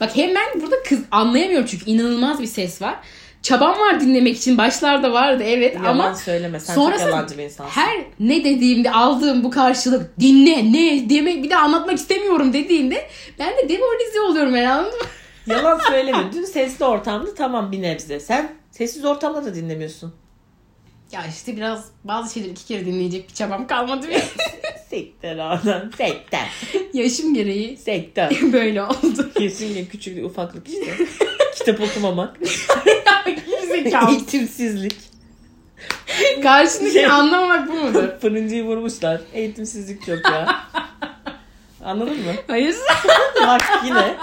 B: Bak hemen burada kız anlayamıyorum çünkü inanılmaz bir ses var. Çabam var dinlemek için. Başlarda vardı evet
A: Yalan
B: ama
A: söyleme sen
B: sonrası-
A: çok yalancı bir insansın.
B: her ne dediğimde aldığım bu karşılık dinle ne demek bir de anlatmak istemiyorum dediğinde ben de demoralize oluyorum yani anladın mı?
A: Yalan söyleme. Dün sesli ortamda tamam bir nebze. Sen sessiz ortamda da dinlemiyorsun.
B: Ya işte biraz bazı şeyleri iki kere dinleyecek bir çabam kalmadı benim.
A: Sekten adam. Sekten.
B: Yaşım gereği
A: Sekten.
B: böyle oldu.
A: Kesinlikle küçüklük ufaklık işte. Kitap okumamak.
B: Gerizekalı.
A: Eğitimsizlik.
B: Karşındakini anlamamak bu mudur?
A: Fırıncıyı vurmuşlar. Eğitimsizlik çok ya. Anladın mı?
B: Hayır.
A: Bak yine.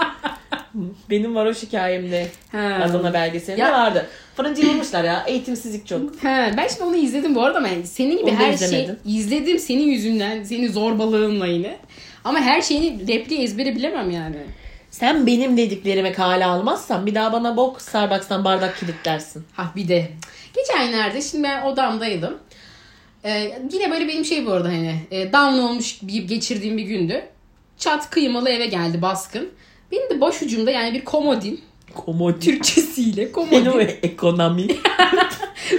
A: Benim var o hikayemde.
B: Ha.
A: Adana belgeselinde
B: Ya-
A: vardı. Fırıncıyı vurmuşlar ya. Eğitimsizlik çok.
B: Ha, ben şimdi onu izledim bu arada ama yani senin gibi
A: Onu da
B: her
A: izlemedim.
B: şeyi izledim senin yüzünden, senin zorbalığınla yine. Ama her şeyini repliği ezbere bilemem yani.
A: Sen benim dediklerime kale almazsan bir daha bana bok Starbucks'tan bardak kilitlersin.
B: Ha bir de. Geçenlerde şimdi ben odamdaydım. Ee, yine böyle benim şey bu arada hani e, down olmuş bir geçirdiğim bir gündü. Çat kıymalı eve geldi baskın. Benim de boş ucumda yani bir komodin.
A: Komodin.
B: Türkçesiyle
A: Benim
B: komodin.
A: ekonomi.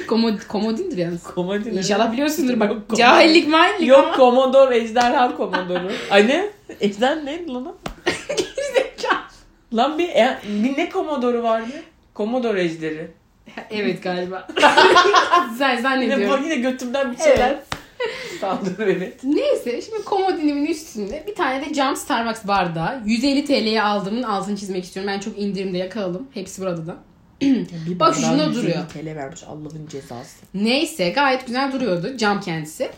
B: komodin komodindir yalnız.
A: Komodin. evet.
B: İnşallah biliyorsundur
A: Yok,
B: bak.
A: komodin.
B: Cahillik mahillik
A: Yok
B: ama.
A: komodor, ejderha komodoru. Ay ne? Ejder neydi lan? o? Lan bir, e- bir ne komodoru vardı? Komodor ejderi.
B: evet galiba. Zan-
A: Yine,
B: Zannediyorum.
A: yine götümden bir şey şeyler. Sandım evet.
B: Neyse şimdi komodinimin üstünde bir tane de cam Starbucks bardağı. 150 TL'ye aldığımın altını çizmek istiyorum. Ben çok indirimde yakaladım. Hepsi burada da.
A: Bir
B: Bak
A: bardağa
B: şuna
A: 150
B: duruyor.
A: TL vermiş Allah'ın cezası.
B: Neyse gayet güzel duruyordu cam kendisi.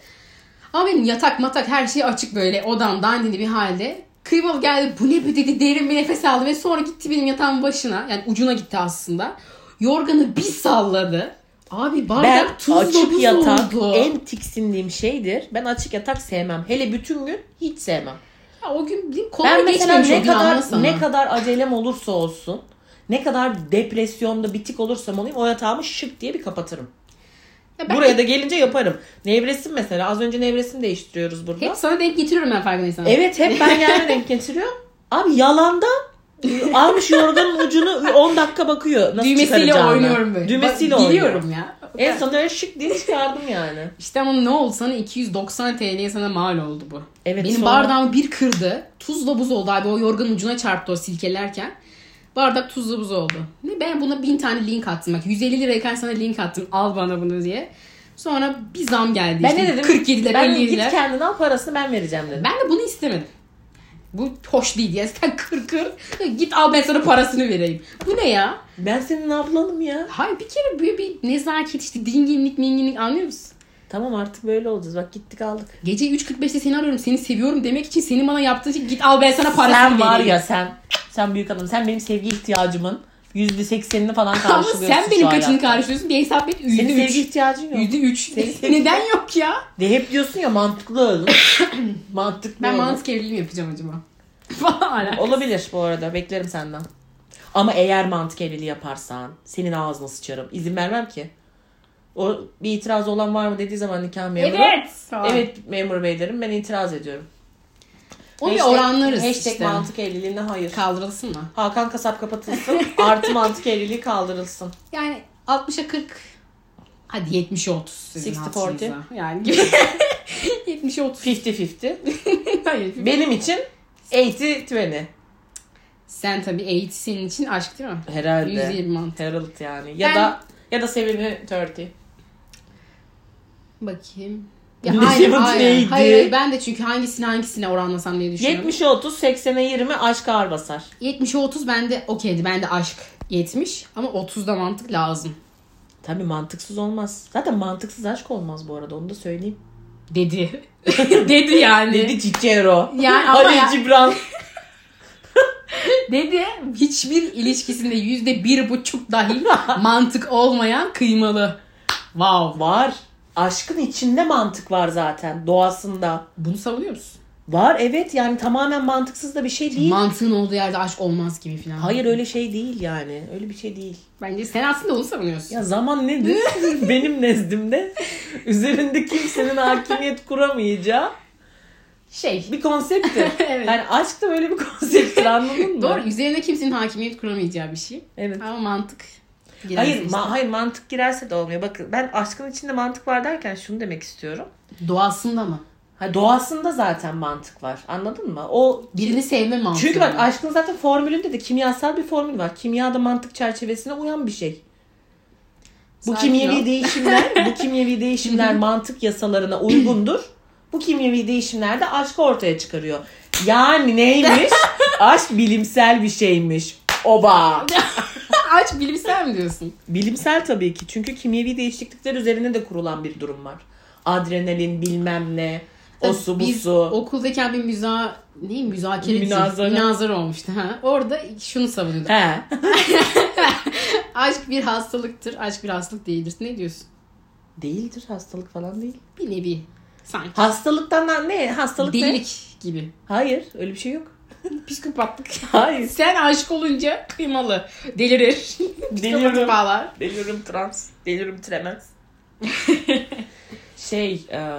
B: Ama benim yatak matak her şey açık böyle odam dandini bir halde. Kıyvalı geldi bu ne be dedi derin bir nefes aldı ve sonra gitti benim yatağın başına. Yani ucuna gitti aslında. Yorganı bir salladı. Abi
A: Ben
B: bardak tuzla
A: açık
B: buz
A: yatak
B: oldu.
A: en tiksindiğim şeydir. Ben açık yatak sevmem. Hele bütün gün hiç sevmem.
B: Ya o gün benim kolay
A: Ben mesela
B: geçmemiş o
A: ne
B: gün
A: kadar
B: anlasana.
A: ne kadar acelem olursa olsun, ne kadar depresyonda bitik olursam olayım o yatağımı şık diye bir kapatırım.
B: Ya ben
A: Buraya da gelince yaparım. Nevresim mesela az önce nevresim değiştiriyoruz burada.
B: Hep sana denk getiriyorum ben farkındaysan.
A: Evet hep ben yerine denk getiriyorum. Abi yalandan ıı, almış yorganın ucunu 10 dakika bakıyor. Nasıl
B: Düğmesiyle
A: çıkaracağını.
B: oynuyorum böyle.
A: Düğmesiyle
B: Bak,
A: oynuyorum.
B: Biliyorum ya.
A: En son öyle şık diye çıkardım yani.
B: İşte ama ne oldu sana 290 TL'ye sana mal oldu bu.
A: Evet,
B: Benim
A: sonra-
B: bardağımı bir kırdı. Tuzla buz oldu abi. O yorganın ucuna çarptı o silkelerken. Bardak tuzla buz oldu. Ne ben buna bin tane link attım. Bak 150 lirayken sana link attım. Al bana bunu diye. Sonra bir zam geldi.
A: Ben
B: işte.
A: ne dedim?
B: 47'ler
A: Ben
B: 50'ler.
A: git kendin al parasını ben vereceğim dedim.
B: Ben de bunu istemedim. Bu hoş değil diye. Sen kır kır. Git al ben sana parasını vereyim. Bu ne ya?
A: Ben senin ablanım ya.
B: Hayır bir kere böyle bir nezaket işte dinginlik minginlik anlıyor musun?
A: Tamam artık böyle olacağız. Bak gittik aldık.
B: Gece 3.45'te seni arıyorum seni seviyorum demek için senin bana yaptığın şey git al ben sana parasını
A: sen var
B: vereyim.
A: ya sen. Sen büyük adam. Sen benim sevgi ihtiyacımın %80'ini falan
B: Ama
A: karşılıyorsun
B: sen
A: şu
B: benim
A: hayatta.
B: kaçını karşılıyorsun bir hesap et
A: Senin sevgi
B: %3.
A: ihtiyacın yok.
B: %3.
A: Senin-
B: Neden yok ya?
A: De hep diyorsun ya mantıklı olun. mantıklı
B: Ben
A: olun.
B: mantık evliliği mi yapacağım acaba? Falan.
A: Olabilir bu arada. Beklerim senden. Ama eğer mantık evliliği yaparsan senin ağzına sıçarım. İzin vermem ki. O bir itiraz olan var mı dediği zaman nikah memuru.
B: Evet. Falan.
A: Evet memur bey derim. Ben itiraz ediyorum.
B: Onu bir
A: Hashtag-
B: oranlarız
A: hashtag
B: işte.
A: mantık evliliğine hayır.
B: Kaldırılsın mı?
A: Hakan Kasap kapatılsın. artı mantık evliliği kaldırılsın.
B: Yani 60'a 40 hadi 70'e 30 sizin
A: 60'a 40.
B: altınıza. Yani gibi. 70'e 30.
A: 50-50.
B: Hayır.
A: Benim için 80-20.
B: Sen tabii eğit senin için aşk değil mi?
A: Herhalde.
B: 120 mantık.
A: Herald yani. Ya
B: Ben-
A: da ya da sevimli 30.
B: Bakayım.
A: Bunun cevabı neydi?
B: hayır, hayır. ben de çünkü hangisini hangisine oranlasam diye düşünüyorum.
A: 70'e 30, 80'e 20 aşk ağır basar.
B: 70 70'e 30 bende okeydi. Bende aşk 70 ama 30'da mantık lazım
A: Tabii mantıksız olmaz. Zaten mantıksız aşk olmaz bu arada onu da söyleyeyim.
B: dedi. dedi yani. Dedi.
A: Dedi Cicero.
B: Hani- Yani ama
A: Ali
B: ya-
A: Cibran.
B: Hiçbir ilişkisinde yüzde bir buçuk dahi mantık olmayan kıymalı. Wow.
A: Var. Aşkın içinde mantık var zaten doğasında.
B: Bunu savunuyor musun?
A: Var evet yani tamamen mantıksız da bir şey değil.
B: Mantığın olduğu yerde aşk olmaz gibi falan.
A: Hayır öyle şey değil yani. Öyle bir şey değil.
B: Bence sen aslında onu savunuyorsun.
A: Ya zaman nedir? Benim nezdimde üzerinde kimsenin hakimiyet kuramayacağı
B: Şey.
A: bir konsepttir.
B: Evet.
A: Yani aşk da böyle bir konsepttir anladın mı?
B: Doğru. Üzerine kimsenin hakimiyet kuramayacağı bir şey.
A: Evet.
B: Ama mantık. girer
A: Hayır,
B: işte.
A: ma- hayır mantık girerse de olmuyor. Bakın ben aşkın içinde mantık var derken şunu demek istiyorum.
B: Doğasında mı?
A: Ha, doğasında zaten mantık var. Anladın mı? O
B: Birini sevme mantığı.
A: çünkü bak
B: mı?
A: aşkın zaten formülünde de kimyasal bir formül var. Kimya da mantık çerçevesine uyan bir şey. Bu
B: Sakin
A: kimyevi
B: ol.
A: değişimler, bu kimyevi değişimler mantık yasalarına uygundur. Bu kimyevi değişimler de aşkı ortaya çıkarıyor. Yani neymiş? Aşk bilimsel bir şeymiş. Oba.
B: aç bilimsel mi diyorsun?
A: Bilimsel tabii ki. Çünkü kimyevi değişiklikler üzerine de kurulan bir durum var. Adrenalin bilmem ne. O su bu
B: Biz
A: su.
B: okuldayken bir müza ne müzakere değil,
A: Münazara.
B: münazara olmuştu ha. Orada şunu savunuyorduk.
A: He.
B: aşk bir hastalıktır, aşk bir hastalık değildir. Ne diyorsun?
A: Değildir hastalık falan değil.
B: Bir nevi sanki.
A: Hastalıktan lan ne? Hastalık ne?
B: Delilik gibi.
A: Hayır öyle bir şey yok.
B: Psikopatlık.
A: Hayır.
B: Sen aşık olunca kıymalı. Delirir. Psikopat
A: Deliyorum.
B: bağlar.
A: Deliyorum trans. Deliyorum tremens. şey e,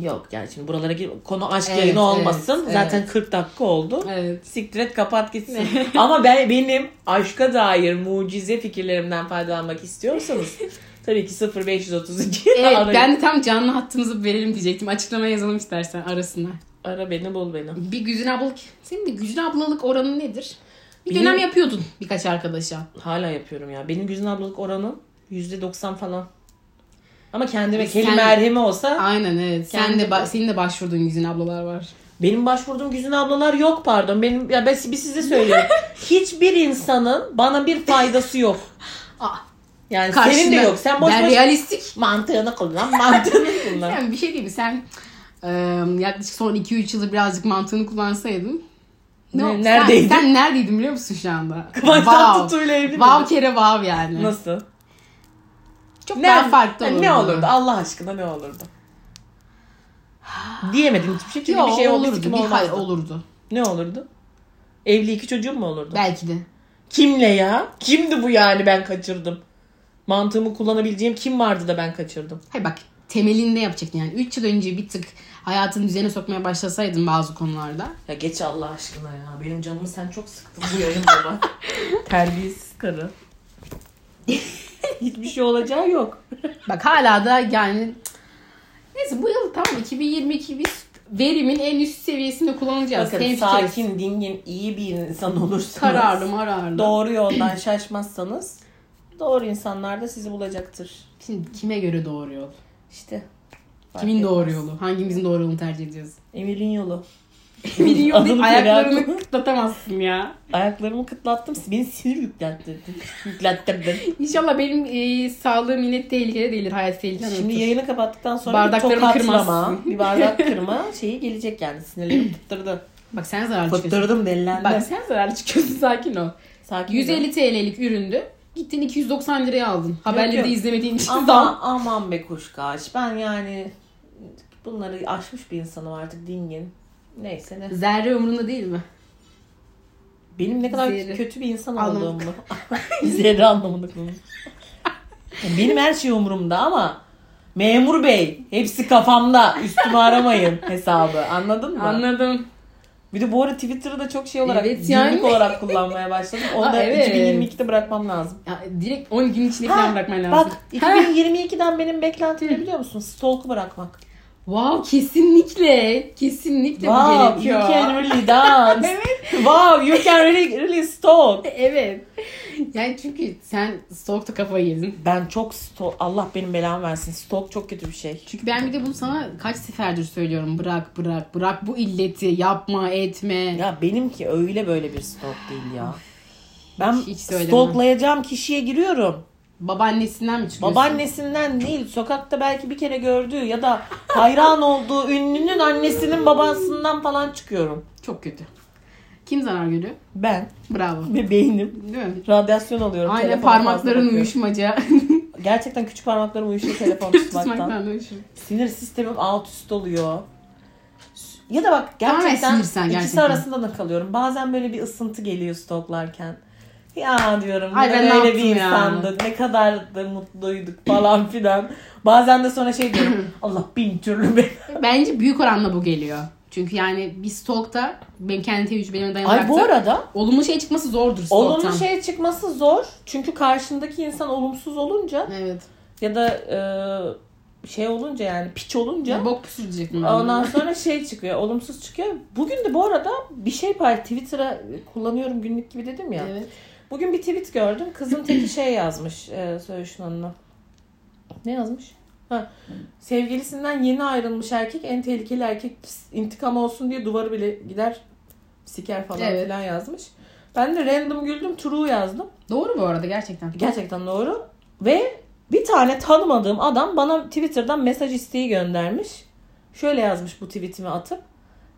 A: yok yani şimdi buralara gir konu aşk
B: Evet,
A: yayını
B: evet,
A: olmasın.
B: evet.
A: Zaten 40 dakika oldu.
B: Evet.
A: Siktir et kapat gitsin. Ama ben benim aşka dair mucize fikirlerimden faydalanmak istiyorsanız tabii ki 0532
B: Evet
A: ara,
B: ben de tam canlı hattımızı verelim diyecektim. Açıklamaya yazalım istersen arasına.
A: ara beni bul beni.
B: Bir Güzin ablalık. Senin de Güzin ablalık oranı nedir? Bir
A: Bilmiyorum.
B: dönem yapıyordun birkaç arkadaşa.
A: Hala yapıyorum ya. Benim Güzin ablalık oranım %90 falan. Ama kendime
B: Biz
A: kelim
B: kendi-
A: merhemi olsa
B: Aynen evet. Sen
A: Kendi-
B: de ba- senin de başvurduğun yüzün ablalar var.
A: benim başvurduğum güzün ablalar yok pardon. Benim ya ben bir size söyleyeyim. Hiçbir insanın bana bir faydası yok.
B: Aa,
A: Yani senin
B: karşında-
A: de yok. Sen boş
B: ben
A: boş
B: realistik.
A: mantığını kullan, mantığını kullan.
B: Yani bir şey diyeyim mi? sen e, yaklaşık son 2-3 yılı birazcık mantığını kullansaydın.
A: Ne-
B: oldu?
A: neredeydin?
B: Sen, sen neredeydin biliyor musun şu anda?
A: Kıvançtan tutuyla evli mi?
B: Wow kere wow yani.
A: Nasıl?
B: Çok daha farklı
A: yani
B: olurdu.
A: Ne olurdu? Allah aşkına ne olurdu? Diyemedim hiçbir şey. Çünkü
B: Yo,
A: bir şey olurdu.
B: olurdu.
A: Olmazdı.
B: Bir hal olurdu.
A: Ne olurdu? Evli iki çocuğum mu olurdu?
B: Belki de.
A: Kimle ya? Kimdi bu yani ben kaçırdım? Mantığımı kullanabileceğim kim vardı da ben kaçırdım?
B: Hayır bak temelinde yapacaktın yani. 3 yıl önce bir tık hayatını düzene sokmaya başlasaydın bazı konularda.
A: Ya geç Allah aşkına ya. Benim canımı sen çok sıktın bu yayında bak. Terbiyesiz karı. Hiçbir şey olacağı yok.
B: Bak hala da yani neyse bu yıl tamam 2022 biz verimin en üst seviyesinde kullanacağız.
A: Bakın
B: Temkinli,
A: sakin, dingin, iyi bir insan olursanız.
B: Kararlı mararlı.
A: Doğru yoldan şaşmazsanız doğru insanlar da sizi bulacaktır.
B: Şimdi kime göre doğru yol?
A: İşte. fark
B: Kimin
A: etmez.
B: doğru yolu? Hangimizin doğru yolunu tercih ediyoruz?
A: Emir'in yolu.
B: Kimin yolu deyip
A: Adını
B: ayaklarını
A: Ferah-
B: kıtlatamazsın ya.
A: Ayaklarımı kıtlattım. Beni sinir yüklettirdin. Yüklettirdin.
B: İnşallah benim e, sağlığım yine tehlikede değildir. Hayat tehlikede
A: Şimdi yayını kapattıktan sonra bir
B: Bardaklarımı
A: tokatlama,
B: kırmazsın.
A: bir bardak kırma şeyi gelecek yani. Sinirlerim fıttırdı.
B: Bak sen zararlı çıkıyorsun.
A: Fıttırdım delilendim.
B: Bak sen zararlı çıkıyorsun sakin ol.
A: Sakin
B: 150 TL'lik üründü. Gittin 290 liraya aldın.
A: yok.
B: Haberleri de izlemediğin için
A: ol.
B: zam.
A: Ama aman be kuşkaş. Ben yani bunları aşmış bir insanım artık dingin. Neyse ne.
B: Zerre umurunda değil mi?
A: Benim ne kadar
B: Zerre.
A: kötü bir insan
B: Anlamı-
A: olduğumu. Zerre anlamında kullanıyorum. Yani Benim her şey umurumda ama memur bey hepsi kafamda üstümü aramayın hesabı anladın mı?
B: Anladım.
A: Bir de bu ara Twitter'ı da çok şey olarak,
B: Evet,
A: günlük
B: yani.
A: olarak kullanmaya başladım. Onu
B: Aa,
A: da
B: evet.
A: 2022'de bırakmam lazım.
B: Ya, direkt 12 gün içinde falan bırakman lazım.
A: Bak 2022'den benim beklentim ne biliyor musun? Stalk'u bırakmak.
B: Wow kesinlikle. Kesinlikle bu
A: Wow, you
B: gerekiyor.
A: can really dance. Wow, you can really, really stalk.
B: Evet. Yani çünkü sen soğukta kafayı yedin.
A: Ben çok stalk, Allah benim belamı versin. Stalk çok kötü bir şey.
B: Çünkü ben bir de bunu sana kaç seferdir söylüyorum. Bırak bırak bırak bu illeti yapma etme.
A: Ya benimki öyle böyle bir stalk değil ya. Ben
B: Hiç söyleme.
A: stalklayacağım kişiye giriyorum.
B: Babaannesinden mi çıkıyorsun?
A: Babaannesinden değil, sokakta belki bir kere gördüğü ya da hayran olduğu ünlünün annesinin babasından falan çıkıyorum.
B: Çok kötü. Kim zarar görüyor?
A: Ben
B: Bravo.
A: ve beynim
B: Değil mi?
A: radyasyon alıyorum.
B: Aynen
A: Telefona fazla
B: parmakların
A: bakıyorum.
B: uyuşmaca.
A: Gerçekten küçük parmaklarım uyuşuyor telefon tutmaktan.
B: Tutmaktan uyuşuyor.
A: Sinir sistemim alt üst oluyor. Ya da bak
B: Tamamen
A: gerçekten
B: sinirsen
A: ikisi
B: gerçekten.
A: arasında da kalıyorum. Bazen böyle bir ısıntı geliyor stoklarken. Ya diyorum
B: Ay ben ne
A: böyle
B: yaptım
A: bir
B: ya?"
A: insandık. Ne kadar da mutluyduk falan filan. Bazen de sonra şey diyorum. Allah bin türlü be.
B: Bence büyük oranla bu geliyor. Çünkü yani bir stalkta benim kendi tecrübelerime dayanarak
A: Ay bu
B: da
A: arada
B: olumlu şey çıkması zordur stalktan.
A: olumlu şey çıkması zor. Çünkü karşındaki insan olumsuz olunca
B: Evet.
A: ya da e, şey olunca yani piç olunca
B: Bok püsürecek mi?
A: Ondan sonra şey çıkıyor, olumsuz çıkıyor. Bugün de bu arada bir şey paylaş, Twitter'a kullanıyorum günlük gibi dedim ya.
B: Evet.
A: Bugün bir tweet gördüm. Kızın teki şey yazmış e, Söğüş'ün Hanım'a. Ne yazmış? Ha. Sevgilisinden yeni ayrılmış erkek en tehlikeli erkek Pis, intikam olsun diye duvarı bile gider siker falan
B: Evet.
A: filan yazmış. Ben de random güldüm true yazdım.
B: Doğru bu arada gerçekten.
A: Gerçekten doğru. Ve bir tane tanımadığım adam bana Twitter'dan mesaj isteği göndermiş. Şöyle yazmış bu tweetimi atıp.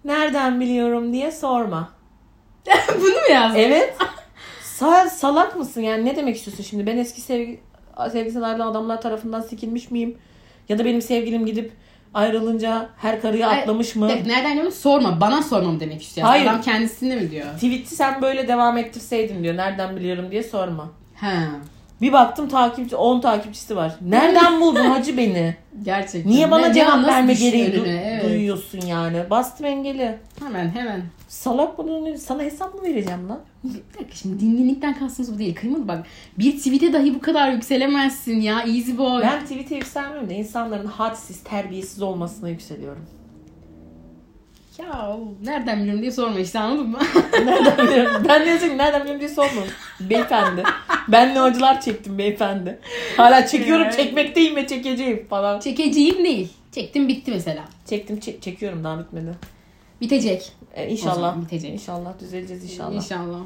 A: Nereden biliyorum diye sorma.
B: Bunu mu yazdın?
A: Evet. Sa- salak mısın yani ne demek istiyorsun şimdi? Ben eski sevgi sevgisinden ayrılan adamlar tarafından sikilmiş miyim? Ya da benim sevgilim gidip ayrılınca her karıya
B: Ay,
A: atlamış mı?
B: Evet, nereden biliyorum? Sorma. Bana sormam demek istiyor.
A: Hayır.
B: Adam kendisinde mi diyor?
A: Tweet'i sen böyle devam ettirseydin diyor. Nereden biliyorum diye sorma.
B: He.
A: Bir baktım takipçi 10 takipçisi var. Nereden buldun hacı beni?
B: Gerçekten.
A: Niye bana
B: Ne-
A: cevap
B: nasıl
A: verme
B: düştü
A: gereği du-
B: önüne? Evet.
A: duyuyorsun yani? Bastım engeli.
B: Hemen hemen.
A: Salak bunu ne- sana hesap mı vereceğim lan?
B: Bir dakika şimdi dinginlikten kastımız bu değil. Kıymadı bak. Bir tweet'e dahi bu kadar yükselemezsin ya. Easy boy.
A: Ben tweet'e yükselmiyorum da insanların hadsiz, terbiyesiz olmasına yükseliyorum.
B: Ya nereden biliyorum diye sorma işte anladın mı?
A: Nereden biliyorum? Ben de diyeceğim nereden biliyorum diye sorma. Beyefendi. Ben ne acılar çektim beyefendi. Hala çekiyorum
B: Evet.
A: çekmekteyim ve çekeceğim falan.
B: Çekeceğim değil. Çektim bitti mesela.
A: Çektim çe- çekiyorum daha bitmedi.
B: Bitecek.
A: E,
B: O zaman
A: inşallah.
B: bitecek.
A: İnşallah düzeleceğiz inşallah.
B: İnşallah.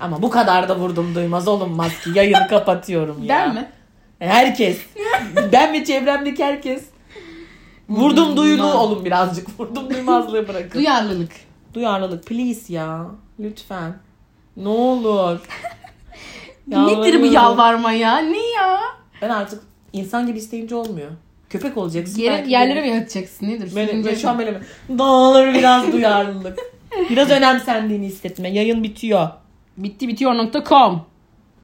A: Ama bu kadar da vurdum duymaz olunmaz ki. Yayını kapatıyorum ya.
B: Der mi?
A: Herkes. ben ve çevremdeki herkes.
B: Hmm,
A: Vurdum duyulu
B: duymaz.
A: olun birazcık. Vurdum duymazlığı bırakın.
B: Duyarlılık.
A: Duyarlılık please ya. Lütfen. Ne olur.
B: Nedir bu
A: Yalvarıyorum.
B: yalvarma ya? Ne ya?
A: Ben artık insan gibi isteyince olmuyor. Köpek olacaksın.
B: Yere,
A: belki
B: yerlere
A: de.
B: mi yatacaksın? Nedir?
A: Böyle,
B: Sürünce
A: böyle şu an
B: mi?
A: böyle mi? Ne olur biraz duyarlılık. Biraz önemsendiğini hissetme. Yayın bitiyor.
B: Bitti bitiyor.com